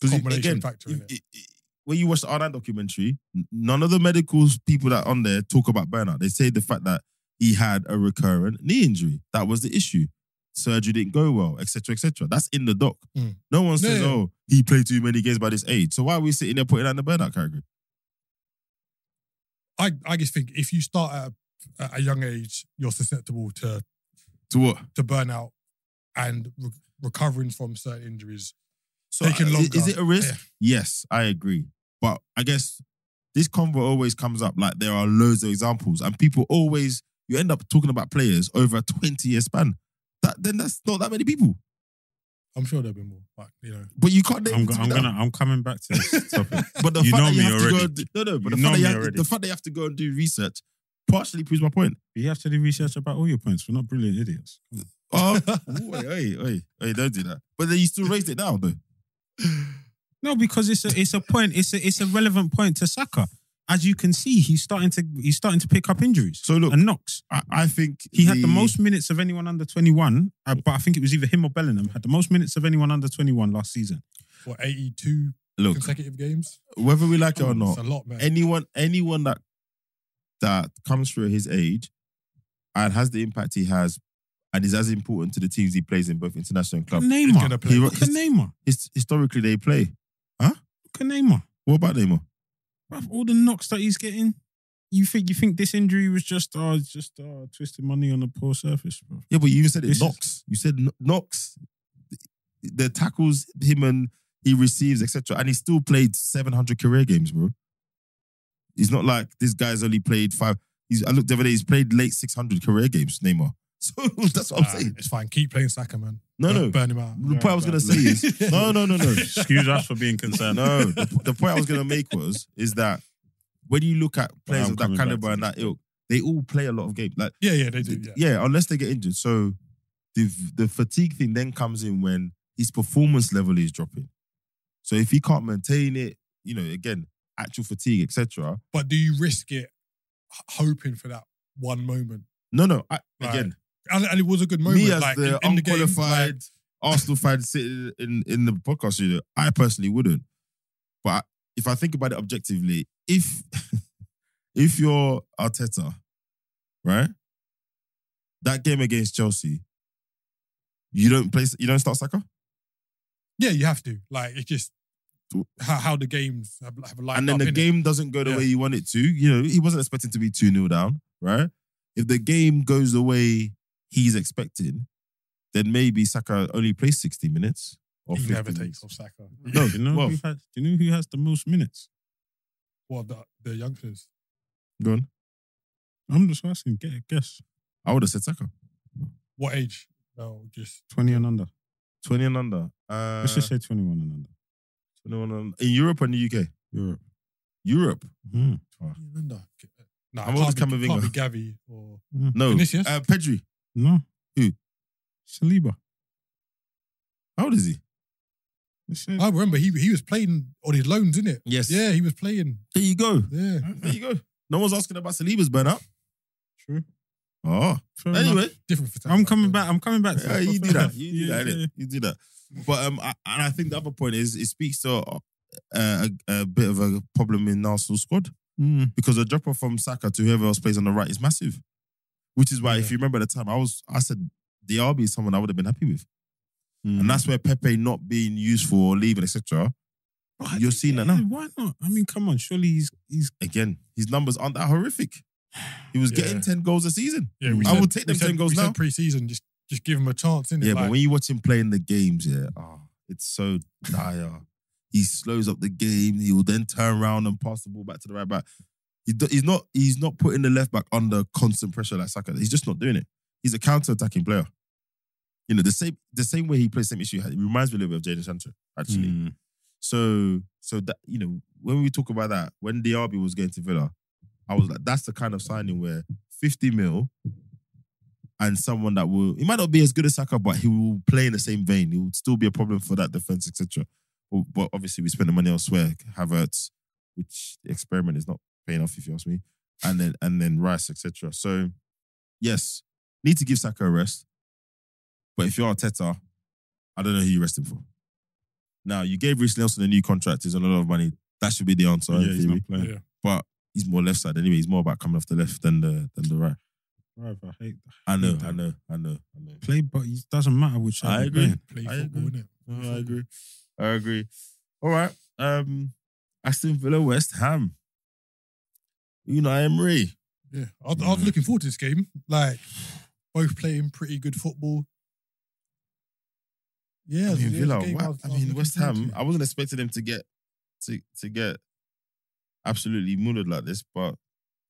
you- combination again, factor in if- it. i- i- when you watch the Arnold documentary, n- none of the medical people that are on there talk about burnout. They say the fact that he had a recurrent knee injury. That was the issue. Surgery didn't go well, etc., etc. That's in the doc. Mm. No one Yeah, says, yeah. "Oh, he played too many games by this age." So why are we sitting there putting that in the burnout category? I, I just think if you start at a, at a young age, you're susceptible to To what? to burnout and re- recovering from certain injuries. So Taking uh, i- longer. is it a risk? Yeah. Yes, I agree. But I guess this convo always comes up. Like there are loads of examples, and people always you end up talking about players over a twenty-year span. That then that's not that many people. I'm sure there'll be more, but you know, But you can't. name them I'm, go- to I'm me now. gonna. I'm coming back to [laughs] this topic. [laughs] But the You fact know that you me have to go already. and do, no, no. But the You know fact, that me you have, already. the fact that you have to go and do research partially proves my point. you have to do research about all your points. We're not brilliant idiots. [laughs] Oh, oi, oi, oi, oi, don't do that. But then you still raised it now, though. No, because it's a it's a point. It's a it's a relevant point to Saka. As you can see, he's starting to he's starting to pick up injuries So look, and knocks. I, I think He had the most minutes of anyone under twenty one, but I think it was either him or Bellingham had the most minutes of anyone under twenty one last season. what 82 look. consecutive games. Whether we like it or It's not, a lot, man. anyone anyone that that comes through his age and has the impact he has and is as important to the teams he plays in both international and club. Neymar, gonna look play. He- at Neymar, his- historically, they play. look at Neymar. What about Neymar? Bruv, all the knocks that he's getting. You think you think this injury was just uh it's just uh twisting money on a poor surface, bro? Yeah, but you even said This it is- knocks. You said kn- knocks. The tackles him and he receives, etc. And he still played 700 career games, bro. He's not like this guy's only played five. He's, I looked the other day, he's played late 600 career games, Neymar. [laughs] So that's what I'm Nah, saying. It's fine. Keep playing Saka, man. No, Burn- no. [laughs] Burn him out. The point I was going to say is [laughs] no, no, no, no. Excuse us for being concerned. [laughs] No, the, the point I was going to make was is that when you look at players I'm of that coming back caliber to and this that ilk, they all play a lot of games. Like, [laughs] Yeah, yeah, they do. Yeah. yeah, unless they get injured. So the the fatigue thing then comes in when his performance level is dropping. So if he can't maintain it, you know, again, actual fatigue, etc. But do you risk it h- hoping for that one moment? No, no. I, Right. Again, And, and it was a good moment. me as like, the in, in the game, like, unqualified Arsenal fan sitting in in the podcast studio, I personally wouldn't. But if I think about it objectively, if [laughs] if you're Arteta, right, that game against Chelsea, you don't play, you don't start Saka, yeah, you have to. Like, it's just how, how the games have, have lined and then up, the innit? game doesn't go the Yeah. way you want it to. You know, he wasn't expecting to be two 0 down, right? If the game goes the way he's expecting, then maybe Saka only plays sixty minutes or He 50 never minutes. takes off Saka. No, you know Well- who has, do you know who has the most minutes? Well, the, the youngsters. Go on. I'm just asking. Get a guess. I would have said Saka. What age? No, just Twenty and under. 20 and under. Uh, Let's just say twenty-one and under. 21 and In Europe and the UK? Europe. Europe. Mm. no. No, How it old is can't be- Camavinga? Can't be Gavi or No. Vinicius? Uh, Pedri. No. Who? Saliba. How old is he? Let's say- Ah. I remember he he was playing on his loans, didn't it? Yes. Yeah, he was playing. There you go. Mm. Yeah. There you go. No one's asking about Saliba's burnout. True. Oh, Fair enough. [laughs] anyway, Different for I'm coming back. I'm coming back. To yeah, that. you do Fair that. enough. You do that. Yeah, innit? yeah. You do that. But um, I, and I think the other point is it speaks to uh, a, a bit of a problem in Arsenal squad Mm. because the drop off from Saka to whoever else plays on the right is massive. Which is why, if Yeah. you remember the time, I was I said Diaby is someone I would have been happy with, and Mm. that's where Pepe not being useful or leaving, etc. But I You're think- seeing that yeah, now. Why not? I mean, come on. Surely he's he's Again, his numbers aren't that horrific. He was getting Yeah. ten goals a season. Yeah, we I said- will take we them said- ten goals we now. Said pre-season, just just give him a chance, innit? Yeah, like, but when you watch him playing the games, yeah, oh, it's so dire. he slows up the game. He will then turn around and pass the ball back to the right back. He do, he's not. He's not putting the left back under constant pressure like Saka. He's just not doing it. He's a counter attacking player. You know the same the same way he plays, same issue. He reminds me a little bit of Jadon Sancho Hmm. actually. Mm. So so that you know when we talk about that, when Diaby was going to Villa, I was like, that's the kind of signing where fifty mil and someone that will he might not be as good as Saka, but he will play in the same vein. He will still be a problem for that defense, etc. But, but obviously we spend the money elsewhere. Havertz, which the experiment is not paying off if you ask me, and then and then Rice, etc. So yes, need to give Saka a rest. But if you're Arteta, I don't know who you're resting for. Now you gave Reece Nelson a new contract. He's on a lot of money. That should be the answer. in yeah, he's theory. not playing. yeah. but he's more left side anyway. He's more about coming off the left than the than the right. Bruv, I hate that. I know, Yeah. I know, I [laughs] know, I know. Play, but it doesn't matter which side I you're agree. playing. play I football, innit? No, I agree. I agree. All right. Um, Aston Villa, West Ham. You know, Emery. Yeah, I, was- I was Yeah. looking forward to this game. Like, both playing pretty good football. Yeah, I it mean, was a Villa. game what- was- I was mean, looking West forward Ham. to. I wasn't expecting them to get to to get absolutely mullered like this, but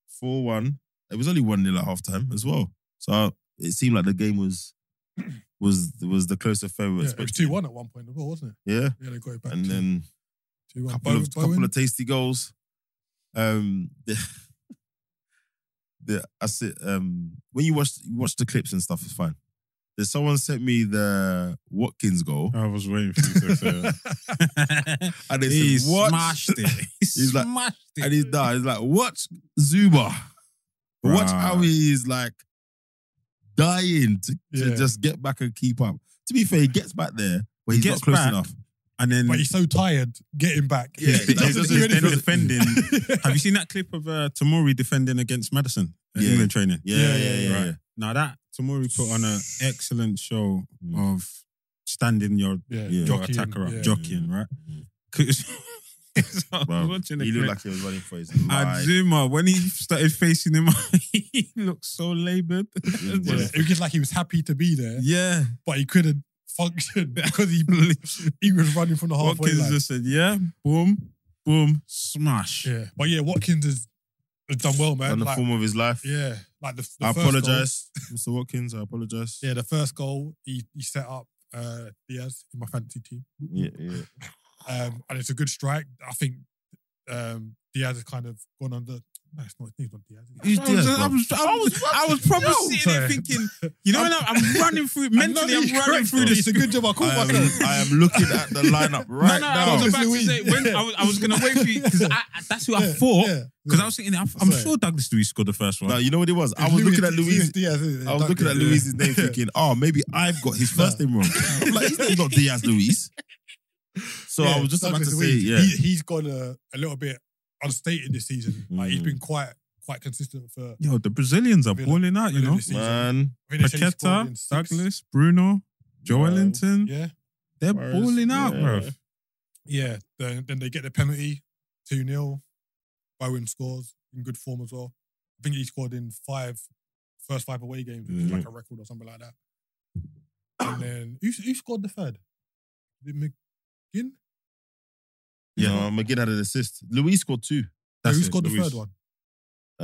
four one. It was only one 0 at half time as well. So it seemed like the game was [clears throat] was was the closer affair. we Yeah, it was expected. two one at one point as well, wasn't it? Yeah, Yeah, they got it back. and to then. two one. couple of couple of tasty goals. Um, the, [laughs] the I said um when you watch you watch the clips and stuff, it's fine. There's someone sent me the Watkins goal, I was waiting for you to [laughs] say that. and they he said, "What?" smashed it. He's like- smashed [laughs] it. And he's nah, he's like, "Watch Zuba, watch Bruh. how he is like dying to, to Yeah. just get back and keep up." To be fair, he gets back there, but He he's gets not close back. enough. And then But he's so tired getting back. Yeah, He he's- he's- doesn't do he's anything. then [laughs] defending. [laughs] Have you seen that clip of uh, Tamori defending against Madison at Yeah. England training? Yeah, Yeah, yeah, yeah. yeah, yeah, Right. Now that Tamori put on an excellent show of standing your, Yeah, Yeah. your jockeying, attacker up, yeah. jockeying, [laughs] right? Mm. 'Cause- [laughs] so I was Bruh, watching the he clip. looked like he was running for his And life. Zuma, when he started facing him, [laughs] he looked so laboured. was Yeah. running Just- It was just like he was happy to be there, yeah. but he couldn't function [laughs] [laughs] because he he was running from the halfway Watkins line. just said, yeah, boom, boom, smash. Yeah, but yeah, Watkins has, has done well, on man. the Like, form of his life. yeah, like the, the I first goal- apologize, Mr. Watkins. I apologize. yeah, the first goal he he set up uh, Diaz in my fantasy team, yeah, yeah. um, and it's a good strike. I think um, Diaz has kind of gone under. No, it's not. It's not Diaz. is it? He's I was, dead, I bro. was, I was, I was probably No. sitting there Sorry. thinking, you know, when I'm, I'm running through mentally, I know I'm you running correct through me. this. It's a good job I caught I am, myself. I am looking at the lineup right [laughs] no, no, now. I was Just about to Louise. say when I was, I was gonna wait for you because that's who I [laughs] Yeah, thought. yeah, Because yeah. I was thinking, I'm, I'm Sorry. sure Douglas Luiz scored the first one. no, you know what it was? I It's was Luis- looking at it's Luis. Diaz, isn't it? I was Duncan, looking at yeah. Luis's [laughs] name, thinking, "Oh, maybe I've got his first name wrong." I'm like, his name's not Diaz Luis. So Yeah, I was just about to Douglas say, Luiz. yeah, he, he's gone a, a little bit unstated this season. Like he's Mm. been quite quite consistent for. Yo, the Brazilians are Villa- balling out, you Villa know. this season. man. I think they said he scored in Paqueta, six. Douglas, Bruno, Joelinton. Yeah, They're Suarez, balling out, yeah. bro. yeah. Then, then they get the penalty, two 0 Bowen scores in good form as well. I think he scored in five first five away games, which is like a record or something like that. And then who, who scored the third? Did McGinn? Yeah, McGinn had an assist. Luis scored two. No, who it, scored the Luiz. third one?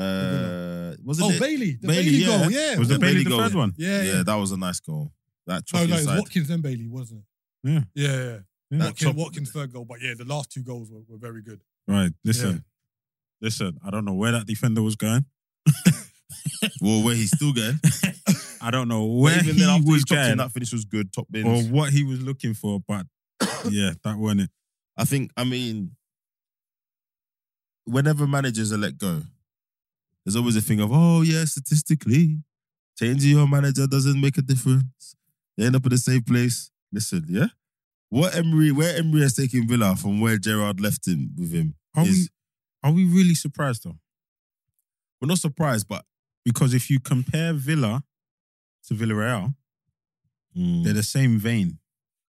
Uh, wasn't Oh, it? Bailey. The Bailey, Bailey, yeah. goal. Yeah. Was the Yeah, Bailey Bailey the goal, third yeah. one? yeah, yeah. Oh, yeah, that was a nice goal. That No, choppy no, it was side. Watkins and Bailey, wasn't it? Yeah. Yeah, yeah. Yeah. That Watkins, chop- Watkins' third goal, but yeah, the last two goals were, were very good. Right, listen, listen. I don't know where that defender was going. Well, where he's still [laughs] going. I don't know But where even he then, after was he chopped in, going that finish was good. Top bins. or what he was looking for, but [coughs] yeah, that wasn't it. I think, I mean, whenever managers are let go, there's always a thing of, oh, yeah, statistically, changing your manager doesn't make a difference. They end up in the same place. Listen, yeah? What Emery, where Emery has taken Villa from where Gerard left him with him Are is, we are we really surprised though? we're not surprised, but Because if you compare Villa to Villarreal, they're the same vein.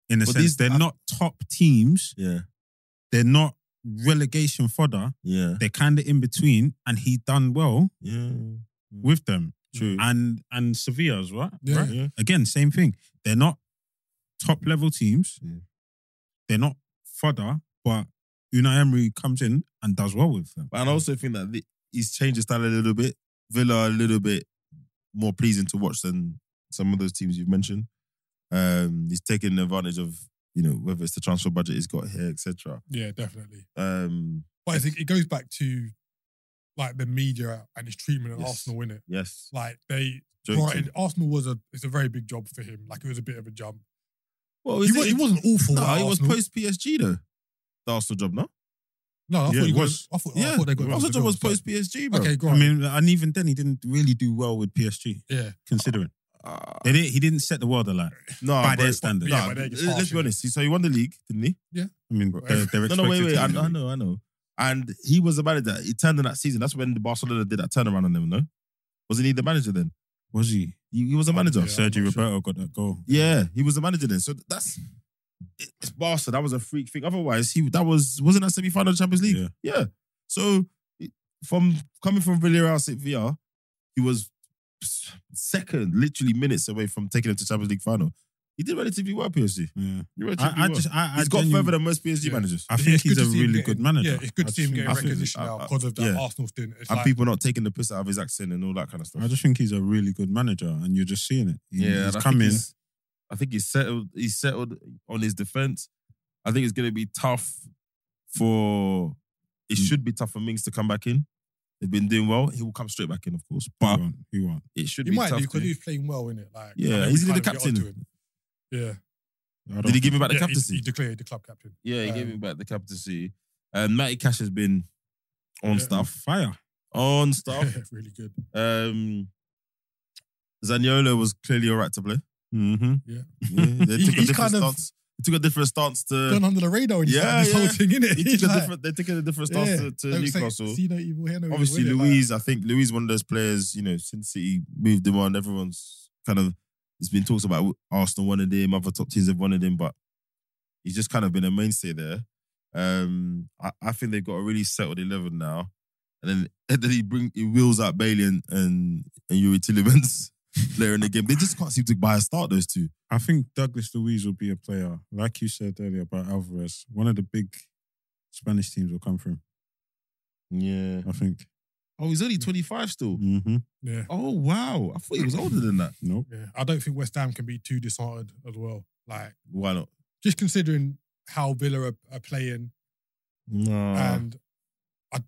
In Mm. a But sense, these- they're I- not top teams. yeah, They're not relegation fodder. yeah, They're kind of in between, and he done well yeah, Mm. with them. true. And and Sevilla's right, Yeah. right. Again, same thing. They're not top level teams. Yeah. They're not fodder, but Unai Emery comes in and does well with them. But I also think that the, he's changed his style a little bit. Villa a little bit more pleasing to watch than some of those teams you've mentioned. Um, he's taking advantage of you know whether it's the transfer budget he's got here, etc. Yeah, definitely. Um, But I think it goes back to like the media and his treatment at Yes. Arsenal, innit? yes, Like they Joking. granted, Arsenal was a it's a very big job for him. Like it was a bit of a jump. Well, He, Oh, is wa- it- he wasn't awful. No, at he was Arsenal. post PSG though. The Arsenal job, no? No, I Yeah, thought he he was. was. I thought, yeah, I thought they got. Arsenal job was post PSG, bro. Okay, go I on. mean, and even then, he didn't really do well with PSG, yeah, considering Uh, they didn't, he didn't set the world alight. no, by but- their standards. no, Yeah, by their let's be standards. honest. He- So he won the league, didn't he? I mean, they're, they're No, expected no, wait, wait. to I, win the I league. know, I know. And he was the manager. He turned in that season. That's when the Barcelona did that turnaround on them, no? Wasn't he the manager then? Was he? He, he was the manager. Yeah, Yeah. I'm Sergio not sure. Roberto got that goal. he was the manager then. So that's it's Barca. That was a freak thing. Otherwise, he that was wasn't that semi final Champions League. Yeah. Yeah. So it- from coming from Villarreal Sevilla, he was second, literally minutes away from taking him to Champions League final. He did relatively well, PSG. Yeah. He did relatively I, I well. just, I, I He's got genuinely- further than most PSG Yeah. managers. I Yeah, think it's he's good a to see him really getting- good manager. Yeah, it's good to I see him just getting think- I think- recognition I- now I- because of that yeah. Arsenal stint. It's and like, people not taking the piss out of his accent and all that kind of stuff. I just think he's a really good manager, and you're just seeing it. He- yeah, and he's I think come in. he's- I think he's settled. He's settled on his defense. I think it's going to be tough for. Hmm. It Mm. should be tough for Mings to come back in. They've been doing well. He will come straight back in, of course. He But won't. He won't. it should he be might do tough. because to- he's playing well in it. Like, Yeah, I know we he's the kind of get captain. onto him. Yeah, I don't Did he think- give him back the yeah captaincy? He, he declared the club captain. yeah, he gave um, him back the captaincy. And Matty Cash has been on Yeah. stuff, fire? on [laughs] stuff. really good. Um, Zaniolo was clearly all right to play. Mm-hmm. Yeah, they [laughs] He- took a he's different kind of- stance. They took a different stance to. Gone under the radar and yeah, yeah, this yeah. whole thing in it. He [laughs] took a different, they're taking a different stance to, to Newcastle. See no evil here, no evil Obviously, in it, like- Louise, I think Louise, one of those players, you know, since City moved him on, everyone's kind of, it's been talks about Arsenal wanted him, other top teams have wanted him, but he's just kind of been a mainstay there. Um, I, I think they've got a really settled 11 now. And then, [laughs] and then he bring he wheels out Bailey and, and, and Yuri Tillemans [laughs] later in the game. They just can't seem to buy a start, those two. I think Douglas Luiz will be a player, like you said earlier about Alvarez. One of the big Spanish teams will come from. Yeah. Mm. I think. Oh, he's only 25 still. Mm-hmm. yeah, Oh, wow. I thought he was older than that. Nope. yeah. I don't think West Ham can be too disheartened as well. Like Why not? just considering how Villa are, are playing, No. and I,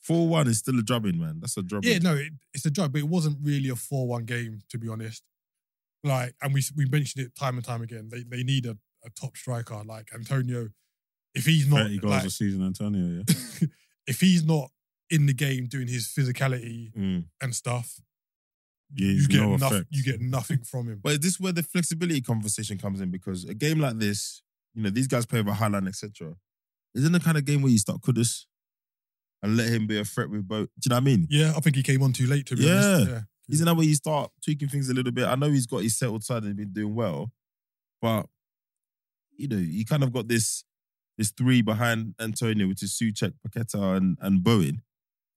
4 1 is still a drubbing, man. That's a drubbing. yeah, no, it, it's a joke, but it wasn't really a four-one game to be honest. Like, and we s- we mentioned it time and time again. They they need a, a top striker like Antonio. If he's not, 30 goals like, a season, Antonio, yeah. if he's not in the game doing his physicality Mm. and stuff, Yeah, you get no nothing. effect. You get nothing from him. But is this where the flexibility conversation comes in? Because a game like this, you know, these guys play with a high line, etc. Isn't the kind of game where you start Kudus and let him be a threat with both? Do you know what I mean? yeah, I think he came on too late to be honest. Yeah, Isn't that where you start tweaking things a little bit? I know he's got his settled side and he's been doing well, but you know, you kind of got this this three behind Antonio, which is Suchek, Paqueta, and and Bowen.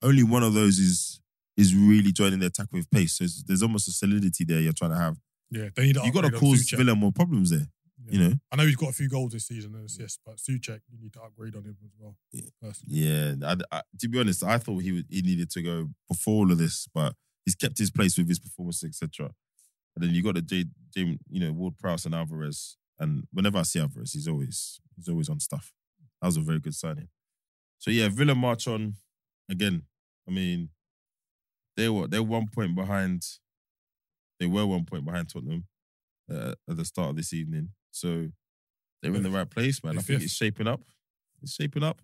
Only one of those is is really joining the attack with pace. So it's- there's almost a solidity there you're trying to have. yeah. They need. you got to upgrade on cause Suchek. Villa more problems there. Yeah. You know. I know he's got a few goals this season and assists, but Suchek, you need to upgrade on him as well. Yeah. personally. Yeah, I, I- to be honest, I thought he would, he needed to go before all of this, but he's kept his place with his performance, etc. And then you got the J, J you know, Ward Prowse and Alvarez. And whenever I see Alvarez, he's always he's always on stuff. That was a very good signing. So yeah, Villa march on again. I mean, they were they're one point behind. They were one point behind Tottenham uh, at the start of this evening. So they're in the right place, man. I They're think fifth. it's shaping up. It's shaping up.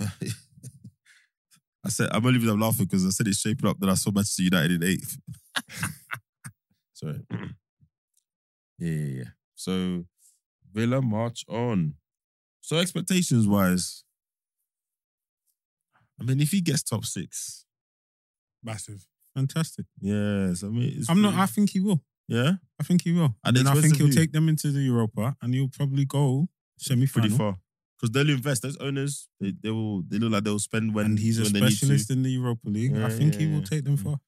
I [laughs] I said, I'm only reason I'm laughing because I said it's shaping up that I saw Manchester United in eighth. [laughs] Sorry. [clears throat] Yeah, yeah, yeah. So Villa march on. So expectations wise, I mean, if he gets top six, Massive. Fantastic. yes, I mean, it's I'm not. pretty- I think he will. yeah, I think he will. At the And then I think expense of he'll who? take them into the Europa, and he'll probably go semi pretty final. far because they'll invest. Those owners, they, they will. They look like they'll spend when And he's a when they need to. specialist in the Europa League. Yeah, I think he yeah, will yeah. Mm. take them far.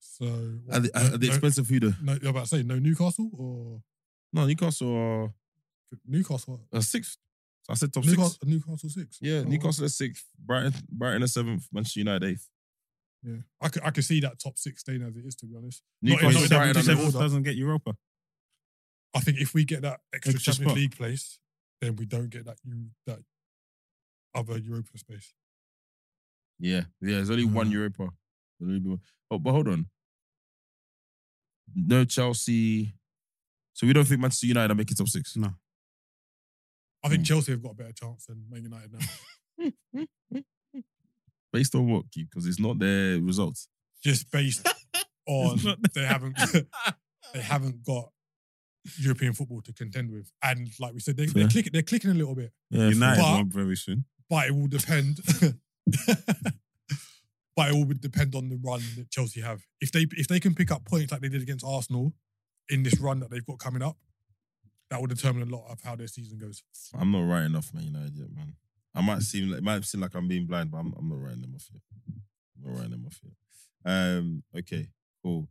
So At the, at the no- expense of who though? No, you're about to say no Newcastle or No, Newcastle are, Newcastle. are sixth. So I said top Newcastle, six. Newcastle six. Yeah, Oh, wow. Newcastle are sixth. Brighton, Brighton are seventh. Manchester United eighth. Yeah, I could I could see that top six staying as it is. To be honest, Not in- Newcastle, not in Brighton, that and order. Wolves. doesn't get Europa. I think if we get that extra, Extra Champions spot. League place, then we don't get that you that other Europa space. Yeah, yeah. There's only one Uh. Europa. There's only one- Oh, but hold on. No Chelsea. So we don't think Manchester United are making top six. No. I think Hmm. Chelsea have got a better chance than Man United now, Based on what, Keith? Because it's not their results. just [laughs] based on not- [laughs] they haven't [laughs] they haven't got European football to contend with, and like we said, they, Fair. they're clicking they're clicking a little bit. Yeah, United But- won't very soon. but it will depend. [laughs] but it will depend on the run that Chelsea have. If they if they can pick up points like they did against Arsenal in this run that they've got coming up, that will determine a lot of how their season goes. I'm not writing off Man United yet, man. I might seem like it might seem like I'm being blind, but I'm, I'm not writing them off yet. I'm not writing them off yet. Um, okay, cool.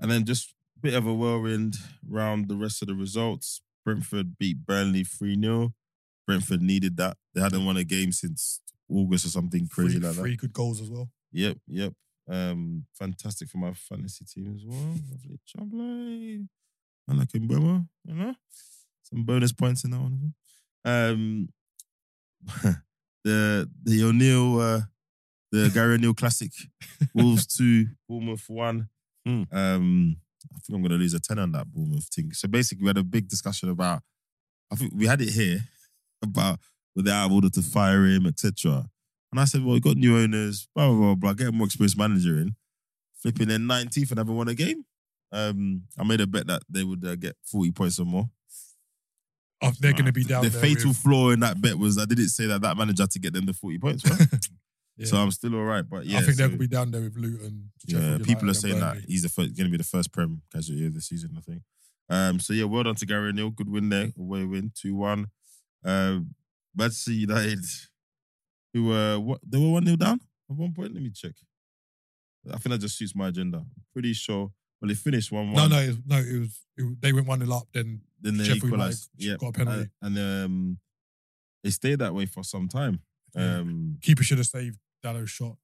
And then just a bit of a whirlwind round the rest of the results. Brentford beat Burnley 3 0. Brentford needed that. They hadn't won a game since August or something crazy three, like that. three good goals as well. Yep, yep. Um, fantastic for my fantasy team as well. Lovely job, like. I like Mbemo, you know. Some bonus points in that one as well. Um, [laughs] the the O'Neill, uh, the Gary O'Neill Classic, Wolves two, Bournemouth one. Hmm. Um, I think I'm gonna lose a ten on that Bournemouth thing. So basically, we had a big discussion about. I think we had it here [laughs] about whether out of order to fire him, etc. And I said, well, we got new owners, blah, blah, blah, blah. Get a more experienced manager in. Flipping their 19th and haven't won a game. Um, I made a bet that they would uh, get 40 points or more. Uh, they're going to be down The there. fatal with- flaw in that bet was I didn't say that that manager had to get them the 40 points, [laughs] right? Yeah. So I'm still all right. But yeah, I think so, they're going to be down there with Luton. Sheffield yeah United, people are and saying that Burnley. he's the first, going to be the first Prem casualty of the season, I think. Um, so yeah, well done to Gary O'Neill. Good win there. Away win, 2 1. Um, Manchester United, who were, what, they were 1 0 down at one point. Let me check. I think that just suits my agenda. I'm pretty sure. Well, they finished 1 1. No, no, it was- no. It was it, was- they went one 0 up. Then Then they Sheffield equalised. United Yeah. got a penalty. And, and, um, they stayed that way for some time. Yeah. Um, keeper should have saved Dallow's shot.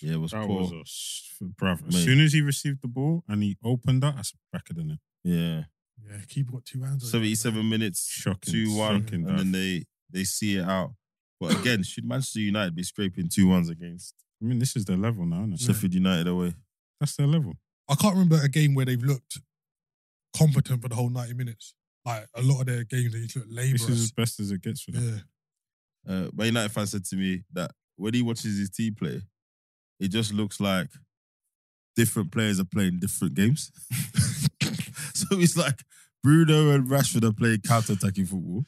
yeah, it was That poor. was a s- bruv. As Mate. soon as he received the ball and he opened that, that's back of the net. yeah. Yeah, keeper got two hands. on it. 77 minutes, Shocking, 2 1. shocking, And then bruv. they, they see it out. But again, should Manchester United be scraping 2 1s against I mean, this is their level now, isn't it? Sheffield United away? That's their level. I can't remember a game where they've looked competent for the whole 90 minutes. Like a lot of their games, they just look This is as laborious. best as it gets for them. Yeah. Uh, my United fan said to me that when he watches his team play, it just looks like different players are playing different games. [laughs] so it's like Bruno and Rashford are playing counter attacking football.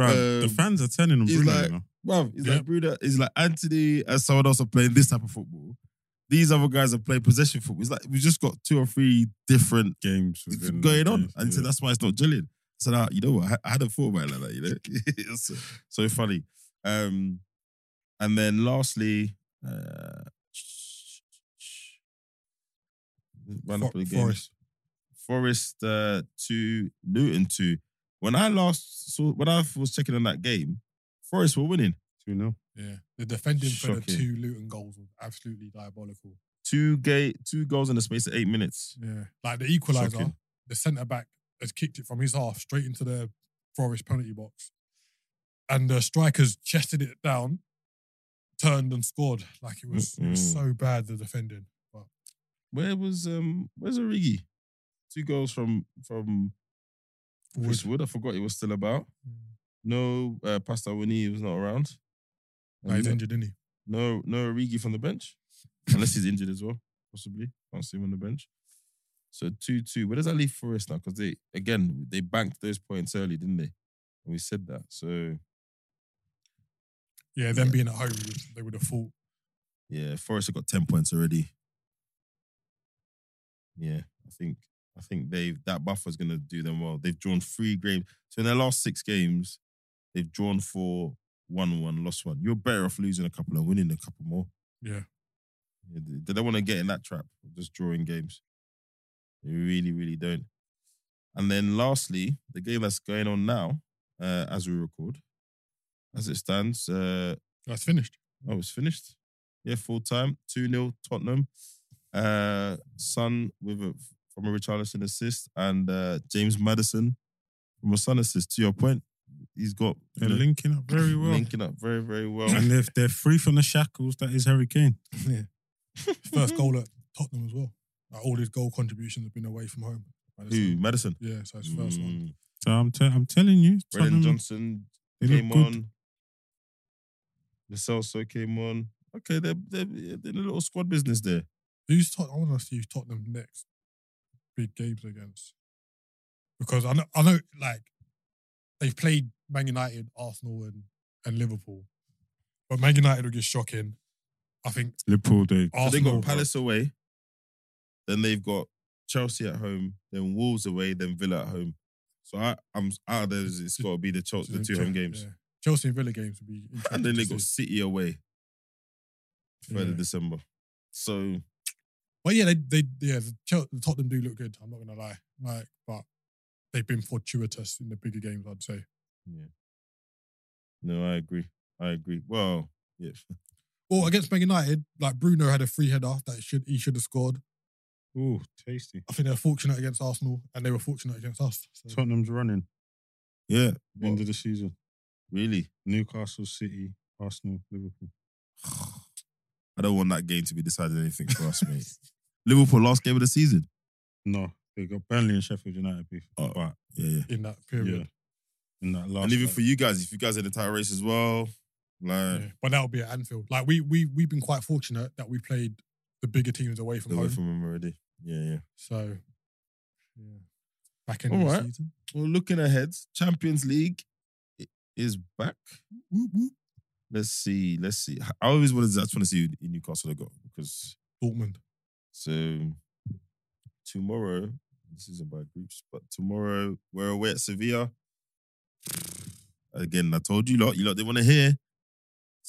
Bruv, the Um, fans are turning on he's Bruno, like- you know. Well, it's Yeah. like Bruno, it's like Anthony and someone else are playing this type of football. These other guys are playing possession football. It's like we just got two or three different Games it's within going on. games, And so yeah. that's why it's not gelling. So now, you know what? I, I hadn't thought about it like that, you know? [laughs] it's so funny. Um, and then lastly, uh, run up For- again. Forest. Forest uh, to Luton to. When I last saw, when I was checking on that game, Forest were winning. 2-0. Yeah. The defending for the Shocking. two Luton goals was absolutely diabolical. Two gay, two goals in the space of eight minutes. Yeah. Like the equaliser, Shocking. the centre back has kicked it from his half straight into the Forest penalty box. And the strikers chested it down, turned and scored. Like it was, it was Mm-mm. so bad, the defending. Where was um? Where's Origi? Two goals from from Chris Wood. I forgot he was still about. No, uh, Pastor Winnie was not around. Like, he's injured, isn't Oh, he? No, no Origi from the bench, unless he's injured as well. Possibly can't see him on the bench. So two two. Where does that leave Forest now? Because they again they banked those points early, didn't they? And we said that. So Yeah, them being at home, you would- they would have thought. yeah, Forest have got ten points already. Yeah, I think I think they've that buffer's gonna do them well. They've drawn three games. So in their last six games, they've drawn four, won one, lost one. You're better off losing a couple and winning a couple more. Yeah. Yeah, They they don't want to get in that trap of just drawing games. They really, really don't. And then lastly, the game that's going on now, uh, as we record, as it stands, uh, That's finished. Oh, it's finished. Yeah, full time, 2 0 Tottenham. Uh, Son with a, from a Richarlison assist and uh, James Madison from a Son assist. To your point, he's got They're you know, linking up very well. linking up very, very well. And if they're free from the shackles, that is Harry Kane. Mm-hmm. First goal at Tottenham as well. Like, all his goal contributions have been away from home. Like, it's- [laughs] Who? Madison. Yeah, so it's first one. Mm. So I'm, te- I'm telling you, Brendan Tottenham, Johnson they look came good. on. Lascelles came on. Okay, they're, they're, they're in a little squad business there. Who's Tot- I want to see who's Tottenham next big games against because I know I know like they've played Man United, Arsenal, and and Liverpool, but Man United will get shocking. I think Liverpool, they So they Arsenal. got Palace away, then they've got Chelsea at home, then Wolves away, then Villa at home. So I, I'm out of those. It's got to be the Chelsea, the two home games, Yeah. Chelsea and Villa games would be [laughs] interesting. and then to they got see. City away, third Yeah. of December. So But yeah, they they yeah the Chel- the Tottenham do look good. I'm not gonna lie, like but they've been fortuitous in the bigger games. I'd say. no, I agree. I agree. Well, yeah, [laughs] Well, against Man United, like Bruno had a free header that should he should have scored. Ooh, tasty. I think they're fortunate against Arsenal, and they were fortunate against us. So. Tottenham's running. yeah, End of the season. really. Newcastle City, Arsenal, Liverpool. I don't want that game to be decided anything for us, mate. Liverpool last game of the season. No, they got Burnley and Sheffield United beef. Oh, yeah, yeah. in that period. Yeah. In that last And even leg. for you guys, if you guys are in the title race as well, like Yeah. But that'll be at Anfield. Like we we we've been quite fortunate that we played the bigger teams away from away home. from them already. Yeah, yeah. so yeah. Back end All of right. the season. Well, looking ahead, Champions League i- is back. Whoop, whoop. Let's see. Let's see. I always wanted. To, I just want to see who in Newcastle they got because Dortmund. so tomorrow. This isn't by groups, but tomorrow we're away at Sevilla. Again, I told you lot. You lot they want to hear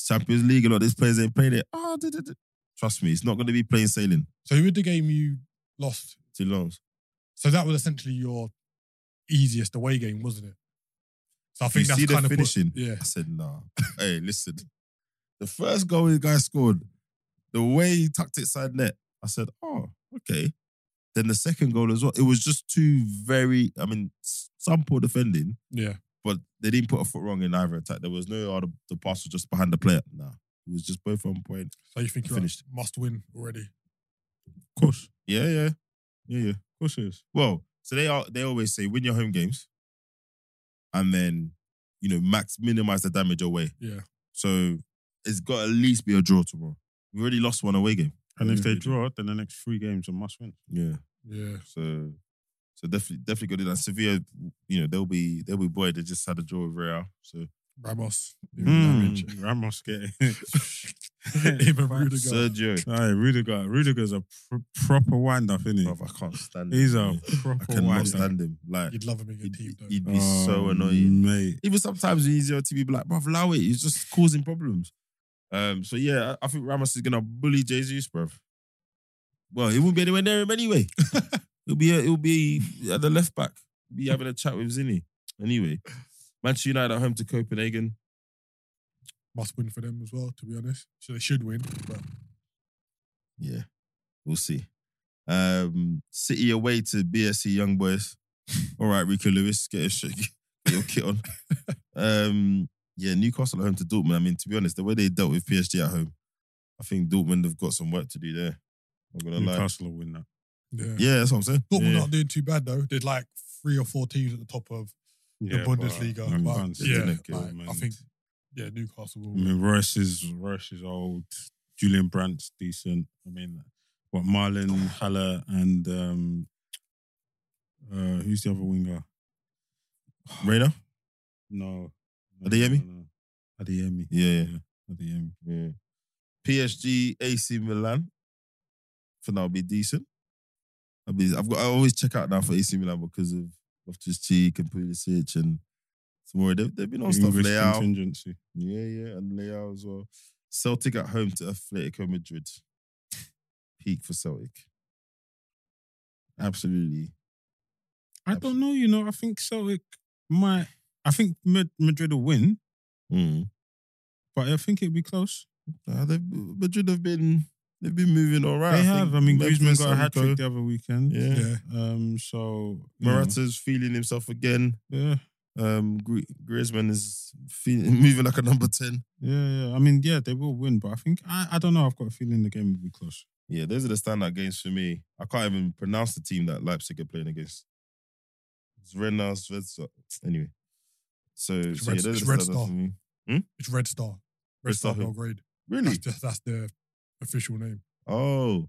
Champions League. A lot of these players ain't playing it. Oh, duh, duh, duh. trust me, it's not going to be plain sailing. So who had the game you lost? Too long. So that was essentially your easiest away game, wasn't it? So I think you that's see the kind of put- finishing. yeah. I said, nah. [laughs] hey, listen. The first goal the guy scored, the way he tucked it side net, I said, oh, okay. Then the second goal as well. It was just two very, I mean, s- some poor defending, Yeah. but they didn't put a foot wrong in either attack. There was no other, the pass was just behind the player. Nah. It was just both on point. So you think you're Finished. finished. must win already. Of course. Yeah, yeah. Yeah, yeah. Of course it is. Well, so they are they always say win your home games and then, you know, max minimize the damage away. Yeah. So it's got to at least be a draw tomorrow. We've already lost one away game. And if Yeah, they they do. draw, then the next three games are must win. Yeah. Yeah. So so definitely definitely gonna do that. Sevilla, you know, they'll be they'll be boy, they just had a draw with Real. So Ramos. Hmm. Mm. Ramos getting. [laughs] Even Rudiger. Sergio. [laughs] Aye, Rudiger. Rudiger's a pr- proper wind up, isn't he? Bruv, I can't stand him. He's a I proper cannot wind up. stand him. Like You'd love him in your he'd, team, though. he'd be Um, so annoying. Oh, Mate. even sometimes when he's on TV, be like, bruv, allow it. He's just causing problems. Um, so yeah, I I think Ramos is gonna bully Jesus, bruv. Well, he won't be anywhere near him anyway. he'll be he'll be at the left back, be having a chat with Zinny. Anyway, Manchester United at home to Copenhagen. must win for them as well, to be honest. So they should win. But Yeah, we'll see. Um, City away to BSC Young Boys. [laughs] All right, Rico Lewis, get, a sh- get [laughs] your kit on. Um, yeah, Newcastle at home to Dortmund. I mean, to be honest, the way they dealt with PSG at home, I think Dortmund have got some work to do there. I'm gonna lie. Newcastle will win that. yeah. Yeah, that's what I'm saying. Dortmund yeah. aren't doing too bad though. There's like three or four teams at the top of the Yeah, but Bundesliga. I But, can't see yeah, it. Didn't it, like, I man. think yeah, Newcastle will. I Mm. mean, Royce is Royce is old. Julian Brandt's decent. I mean, what Marlon Haller and um, uh, who's the other winger? Rayner? No, no, Adeyemi? no, no. Adeyemi. Yeah, yeah. Adeyemi. yeah. PSG, AC Milan. For now, be decent. I mean, I've got. I always check out now for AC Milan because of Loftus Cheek and Pulisic and some more. They've, they've been on stuff. English Leao, contingency. Yeah, yeah, and Leao as well. Celtic at home to Atletico Madrid. Peak for Celtic. Absolutely. I don't know. You know, I think Celtic might. I think Mad- Madrid will win, Mm. but I think it'll be close. Uh, they've, Madrid have been they've been moving all right. they have. I mean, Memphis, Griezmann got a hat Sancho, trick the other weekend. Yeah. Yeah. Um. So you know, Morata's feeling himself again. Yeah. Um, Gri- Griezmann is feeling, [laughs] moving like a number ten. Yeah, yeah. I mean, yeah, they will win, but I think I, I don't know. I've got a feeling the game will be close. Yeah, those are the standout games for me. I can't even pronounce the team that Leipzig are playing against. It's Rennes, Svezia. Anyway, so, so yeah, Red- those are the it's Red standouts Star. for me. It's Red Star. Red, Red Star Star, who? Belgrade. Really? That's, just, that's their official name. [laughs] Oh,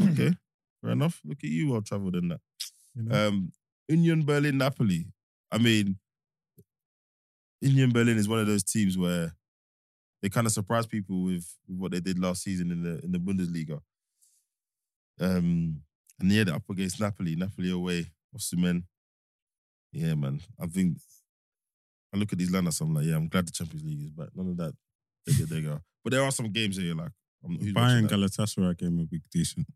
okay. Fair enough. Look at you, well traveled in that. You know? Um, Union Berlin, Napoli. I mean, Union Berlin is one of those teams where they kind of surprised people with what they did last season in the in the Bundesliga. Um, and yeah, they're up against Napoli. Napoli away, Osimhen. Yeah, man. I think I look at these lineups. I'm like, yeah, I'm glad the Champions League is back. None of that. There you, there you go. But there are some games that you're like, I'm who's watching Bayern that? Galatasaray game will be decent.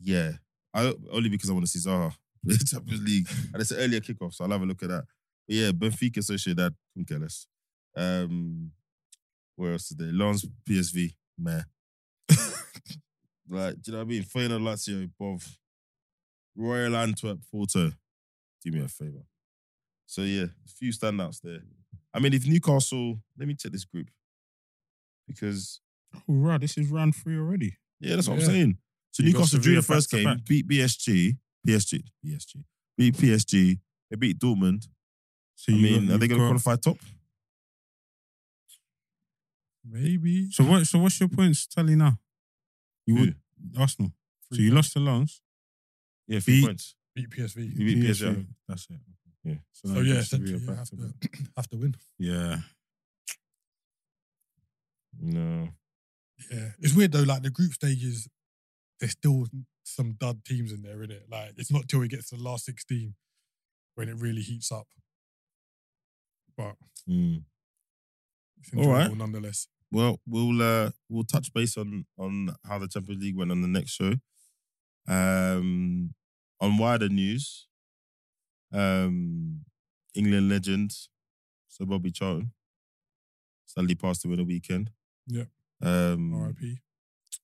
Yeah. I only because I want to see Zaha [laughs] play the Champions League. And it's an earlier kickoff, so I'll have a look at that. But yeah, Benfica Sociedad, couldn't care less. Um where else today? Lons PSV, man. [laughs] like, do you know what I mean? Feyenoord Lazio, Bov. Royal Antwerp, Porto. Do me a favour. So yeah, a few standouts there. I mean, if Newcastle, let me check this group. Because Oh, right, this is round three already. yeah, that's what Yeah. I'm saying. So You got Newcastle drew Sevilla the first back to game, back. beat BSG, PSG, PSG, beat PSG. They beat Dortmund. So I you mean, got- are they going you've to got- qualify top? Maybe. So what? So what's your points tally now? You Who? would Arsenal. So you lost to Lens. Yeah, three beat, points. Beat PSV. You beat PSG. That's it. Yeah. So, So that yeah, gives Sevilla essentially, you back have to to, back. have to win. yeah. No, Yeah, it's weird though. Like the group stages, there's still some dud teams in there, isn't it? Like it's not till it gets to the last sixteen when it really heats up. But Hmm. Mm. it's All enjoyable right. nonetheless. Well, we'll uh, we'll touch base on on how the Champions League went on the next show. Um, on wider news, um, England legend Sir Bobby Charlton sadly passed away the weekend. Yep. Um, R.I.P.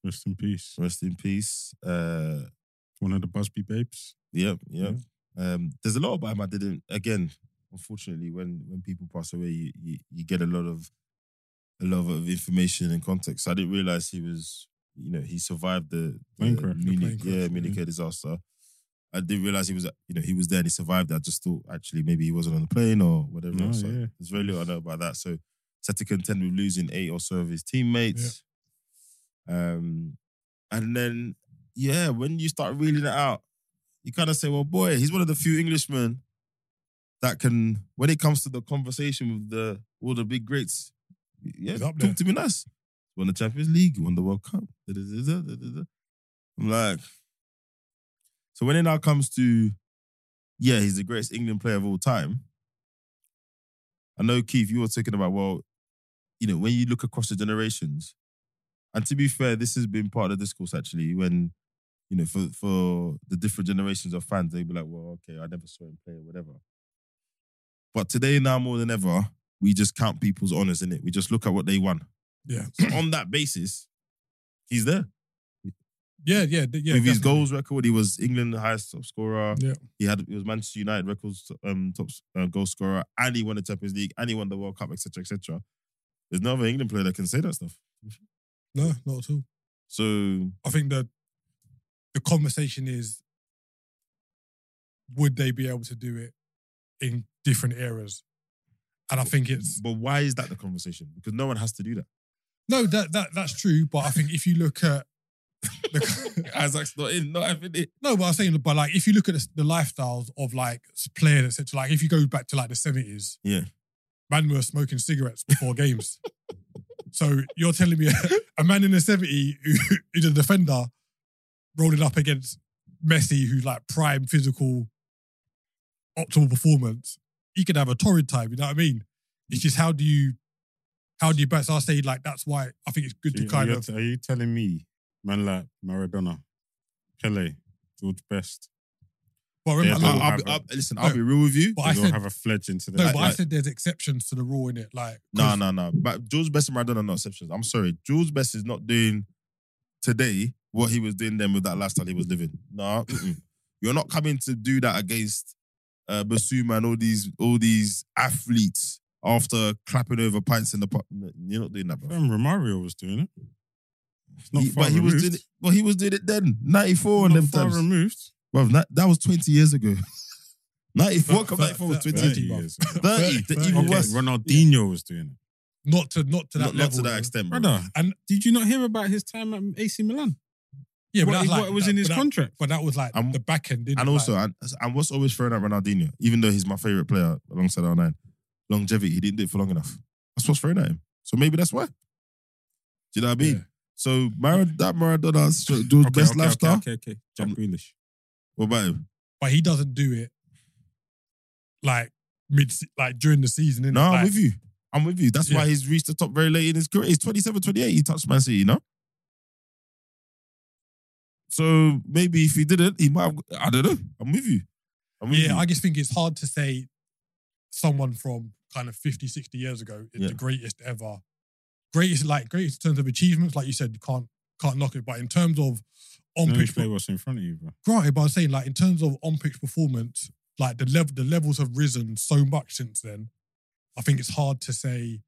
Rest in peace. Rest in peace. Uh, One of the Busby babes. Yep, yep. Um, there's a lot about him I didn't. Again, unfortunately, when when people pass away, you, you you get a lot of a lot of information and context. I didn't realize he was, you know, he survived the, the Plane crash, the Munich, plane yeah, crash, Munich yeah. disaster. I didn't realize he was, you know, he was there and he survived. I just thought actually maybe he wasn't on the plane or whatever. No, so yeah. There's very little I know about that. So he's had to contend with losing eight or so of his teammates. Um, and then yeah, when you start reeling it out, you kind of say, well, boy, he's one of the few Englishmen that can, when it comes to the conversation with the all the big greats, yeah, He's talk up there. to me nice. Won the Champions League, won the World Cup. da, da, da, da, da, da, da. I'm like, so when it now comes to, yeah, he's the greatest England player of all time. I know, Keith, you were talking about, well, you know, when you look across the generations, and to be fair, this has been part of the discourse actually. When you know, for for the different generations of fans, they'd be like, "Well, okay, I never saw him play or whatever." But today, now more than ever, we just count people's honors in it. We just look at what they won. Yeah, So [clears throat] on that basis, he's there. yeah, yeah, d- yeah. With his definitely. goals record, he was England highest top scorer. Yeah. He had he was Manchester United records um, top uh, goal scorer, and he won the Champions League, and he won the World Cup, etc., etc. There's no other England player that can say that stuff. No, not at all. So I think that the conversation is would they be able to do it in different eras? And I think it's But why is that the conversation? Because no one has to do that. no, that that that's true. But I think if you look at the, [laughs] Isaac's not in, not having it. no, but I'm saying, but like if you look at the, the lifestyles of like players, etc. Like if you go back to like the seventies, Yeah. man were smoking cigarettes before games. [laughs] So you're telling me a, man in the 70 who [laughs] is a defender rolling up against Messi, who's like prime physical, optimal performance, he could have a torrid time, you know what I mean? It's just how do you how do you best? I say like that's why I think it's good to Are kind you- of Are you telling me, man, like Maradona, Pele, George Best, but, Yeah, remember, no, like, I- listen, No. real with you. but they I all said have a fledged into no, the but I said there's exceptions to the rule in it. Like No, no, no. But Jules Best and Maradona are not exceptions. I'm sorry. Jules Best is not doing today what he was doing then with that lifestyle he was living. No, mm-mm. you're not coming to do that against uh, Basuma and all these all these athletes after clapping over pints in the pub. No, You're not doing that, bro. Um, Romario was doing it. It's not He- far but he was removed. doing it. Well, he was doing it then. 94 and Not them far times. removed. Bro, that, that was 20 years ago. [laughs] 94, what come Thir- 94 was thir- 20 30 years ago. years. 30, Thirty, the even okay. worse. Ronaldinho was doing it. not to not to that Not, not level. to that though. extent, bro. Brother, and did you not hear about his time at AC Milan? Yeah, but what, that's what like- was that- in his but that- contract? But that was like I'm- the back end, didn't Um, And it? also, Like, and, and what's always thrown at Ronaldinho, even though he's my favorite player alongside our nine, longevity, he didn't do it for long enough. That's what's thrown at him. So maybe that's why. Do you know what I mean? yeah. So Mar- that Maradona's George Okay, best okay, lifestyle. Okay, okay, okay. Jack Um, Grealish. What about him? but he doesn't do it like mid like during the season. innit? No, I'm Like, with you. I'm with you. That's why Yeah. he's reached the top very late in his career. He's 27, 28. He touched Man City, you know? So maybe if he didn't, he might have. I don't know. I'm with you. I'm with yeah, you. I just think it's hard to say someone from kind of 50, 60 years ago is Yeah. the greatest ever. Greatest like greatest in terms of achievements, like you said, you can't can't knock it. But in terms of on No, you pitch, play what's in front of you, bro. granted, but I'm saying like in terms of on pitch performance, like the level the levels have risen so much since then. I think it's hard to say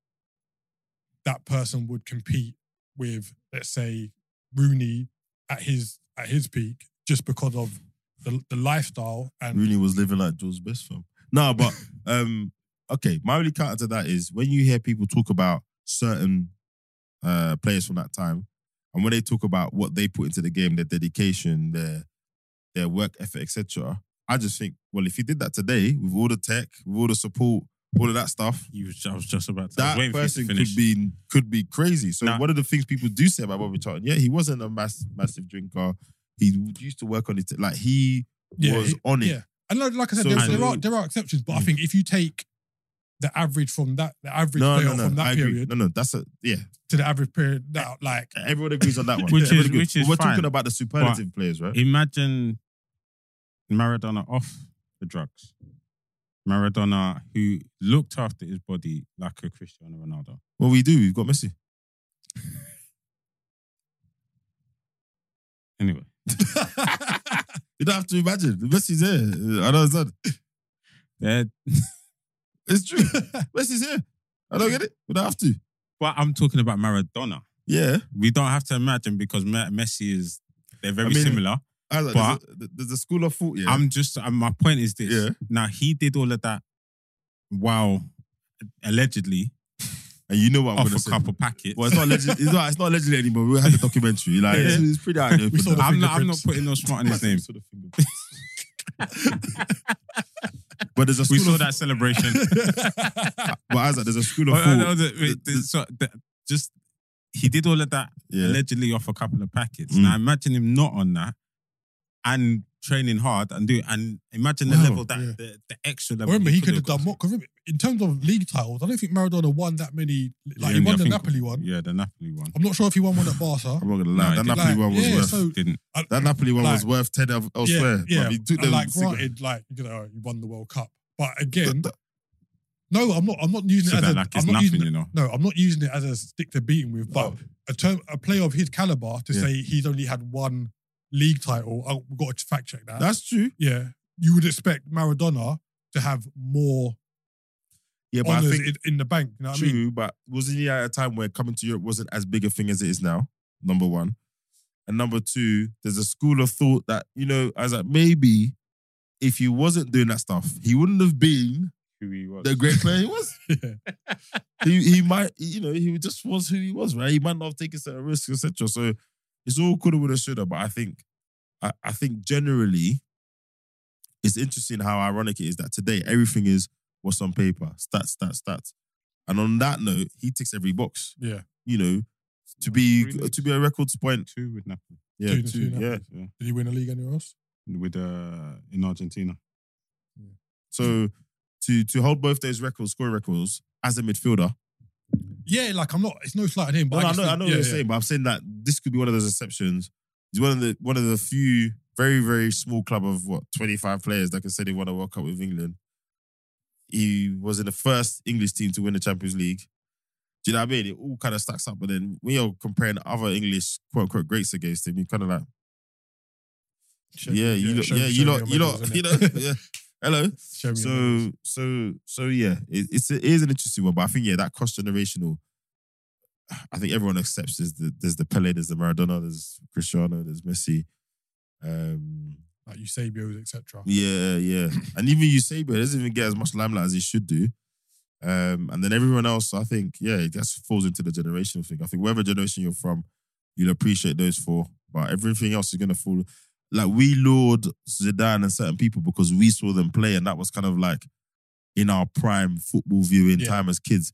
that person would compete with, let's say, Rooney at his at his peak just because of the, the lifestyle and Rooney was living like George's best film. No, but [laughs] um, okay. My only counter to that is when you hear people talk about certain uh players from that time, and when they talk about what they put into the game, their dedication, their their work effort, etc. I just think, well, if you did that today with all the tech, with all the support, all of that stuff, You was, I was just about to. I was that waiting for you to person could finish. be could be crazy. So Nah. one of the things people do say about Bobby Charlton, yeah, he wasn't a mass, massive drinker. He used to work on it, like he yeah, was he- on it. yeah. And like, like I said, So- Mm. there, and- there are there are exceptions, but I think if you take the average from that the average player from that I agree. period No, no, that's a yeah. to the average period now, [laughs] like Everyone agrees on that one. [laughs] Which Everyone is- agrees. which is We're fine, talking about the superlative players, right? Imagine Maradona off the drugs. Maradona, who looked after his body like a Cristiano Ronaldo. Well, we do. We've got [laughs] Messi. Anyway, you don't have to imagine. Messi's here. I don't understand. there- It's [laughs] true. Messi's here. I don't get it. We don't have to. but I'm talking about Maradona. Yeah. We don't have to imagine because Me- Messi is they're very I mean, similar. Isaac, But- there's, a, there's a school of thought. Yeah. I'm just um, my point is this. Yeah. Now he did all of that while allegedly and you know what I'm off going to a say. couple packets. Well, it's not legend. It's not. It's not legend anymore. We had the documentary. Like it's, it's pretty out there. We saw the I'm not. I'm not fingerprints. putting no smart [laughs] in his name. [laughs] But there's a school We saw of, [laughs] that celebration. But Isaac, there's a school of Oh, thought. no, no, the- wait, the- the- so, the- just he did all of that yeah. allegedly off a couple of packets. Mm. Now imagine him not on that and training hard and do and imagine the Wow, level that yeah. the, the extra level. Remember, he could have got. done more. 'cause remember, in terms of league titles, I don't think Maradona won that many. Like he Yeah, I won the think- Napoli one. Yeah, the Napoli one. I'm not sure if he won one at Barca. [laughs] I'm not gonna lie. No, that it Napoli didn't. Like, one was yeah, worth. so- Didn't. And- That Napoli one like- was worth ten el- elsewhere. Yeah, yeah. But he took and them like single- granted, like you know, you won the World Cup, but again, no, I'm not. I'm not using So it as that a, like it's I'm not nothing, using it, you know. no, I'm not using it as a stick to beat him with. But Oh. a term, a player of his caliber to Yeah. say he's only had one league title. I, we've got to fact check that. That's true. yeah, you would expect Maradona to have more Yeah, but I honors think in, in the bank. You know what true. I mean? But wasn't he at a time where coming to Europe wasn't as big a thing as it is now? Number one, and number two, there's a school of thought that you know, as like maybe if he wasn't doing that stuff, he wouldn't have been who he was. the great player he was. [laughs] Yeah. He he might you know he just was who he was, right? He might not have taken certain risks, etc. So it's all coulda, woulda, shoulda. But I think I, I think generally it's interesting how ironic it is that today everything is what's on paper, stats, stats, stats. And on that note, he ticks every box. Yeah. You know, to Three be leagues. to be a records point. two with Napoli. Yeah, Two to two, two, yeah. yeah. Did he win a league anywhere else? With uh in Argentina. So to to hold both those records, scoring records, as a midfielder. Yeah, like I'm not. It's no slight on him. No, But no, I just know, I think- know yeah, what you're yeah. saying, but I'm saying that this could be one of those exceptions. He's one of the one of the few very very small club of what 25 players that can say they won a World Cup with England. He was in the first English team to win the Champions League. Do you know what I mean? It all kind of stacks up, but then when you're comparing other English quote unquote greats against him, you kind of like, Show- yeah, you, lot, show- yeah, you show me lot, your you medals, lot, [laughs] innit? you know, yeah. Hello. [laughs] Show me your medals. So, so, so yeah, it, it's it is an interesting one, but I think yeah, that cross generational. I think everyone accepts there's the there's the Pele, there's the Maradona, there's Cristiano, there's Messi. Um, like Eusebios, etc. yeah, yeah, and even Eusebio doesn't even get as much limelight as he should do. Um, and then everyone else, I think, yeah, it just falls into the generational thing. I think whatever generation you're from, you'll appreciate those four, but everything else is gonna fall. Like we laud Zidane and certain people because we saw them play, and that was kind of like in our prime football viewing Yeah. time as kids.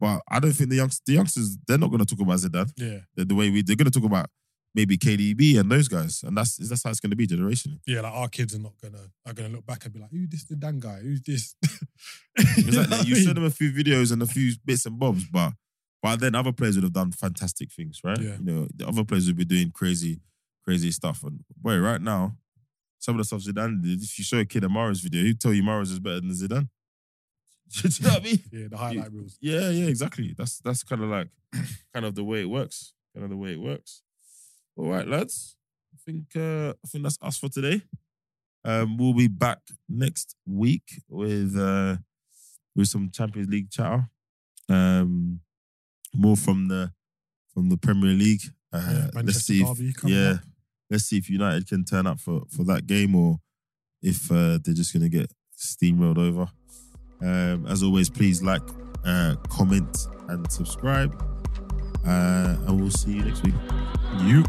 But I don't think the youngs, the youngsters, they're not gonna talk about Zidane Yeah, the, the way we. They're gonna talk about maybe KDB and those guys, and that's that's how it's gonna be generationally. yeah. Like our kids are not gonna are gonna look back and be like, "Who's this the Dan guy? Who's this?" [laughs] [laughs] It's like that. know you what I showed them a few videos and a few bits and bobs, but by then other players would have done fantastic things, right? Yeah. You know, the other players would be doing crazy, crazy stuff. And boy, right now, some of the stuff Zidane did, if you show a kid a Mara's video, he'd tell you Mara's is better than Zidane. [laughs] Do you know what I mean? mean? Yeah, the highlight reels. Yeah, yeah, exactly. That's that's kind of like [clears throat] kind of the way it works. Kind of the way it works. All right, lads. I think uh, I think that's us for today. Um, we'll be back next week with uh, with some Champions League chatter. Um, more from the from the Premier League. Uh, Yeah, let's Manchester see. If, Derby coming yeah. up. let's see if United can turn up for for that game or if uh, they're just gonna get steamrolled over. Um, as always, please like, uh, comment, and subscribe. Uh, and we'll see you next week. You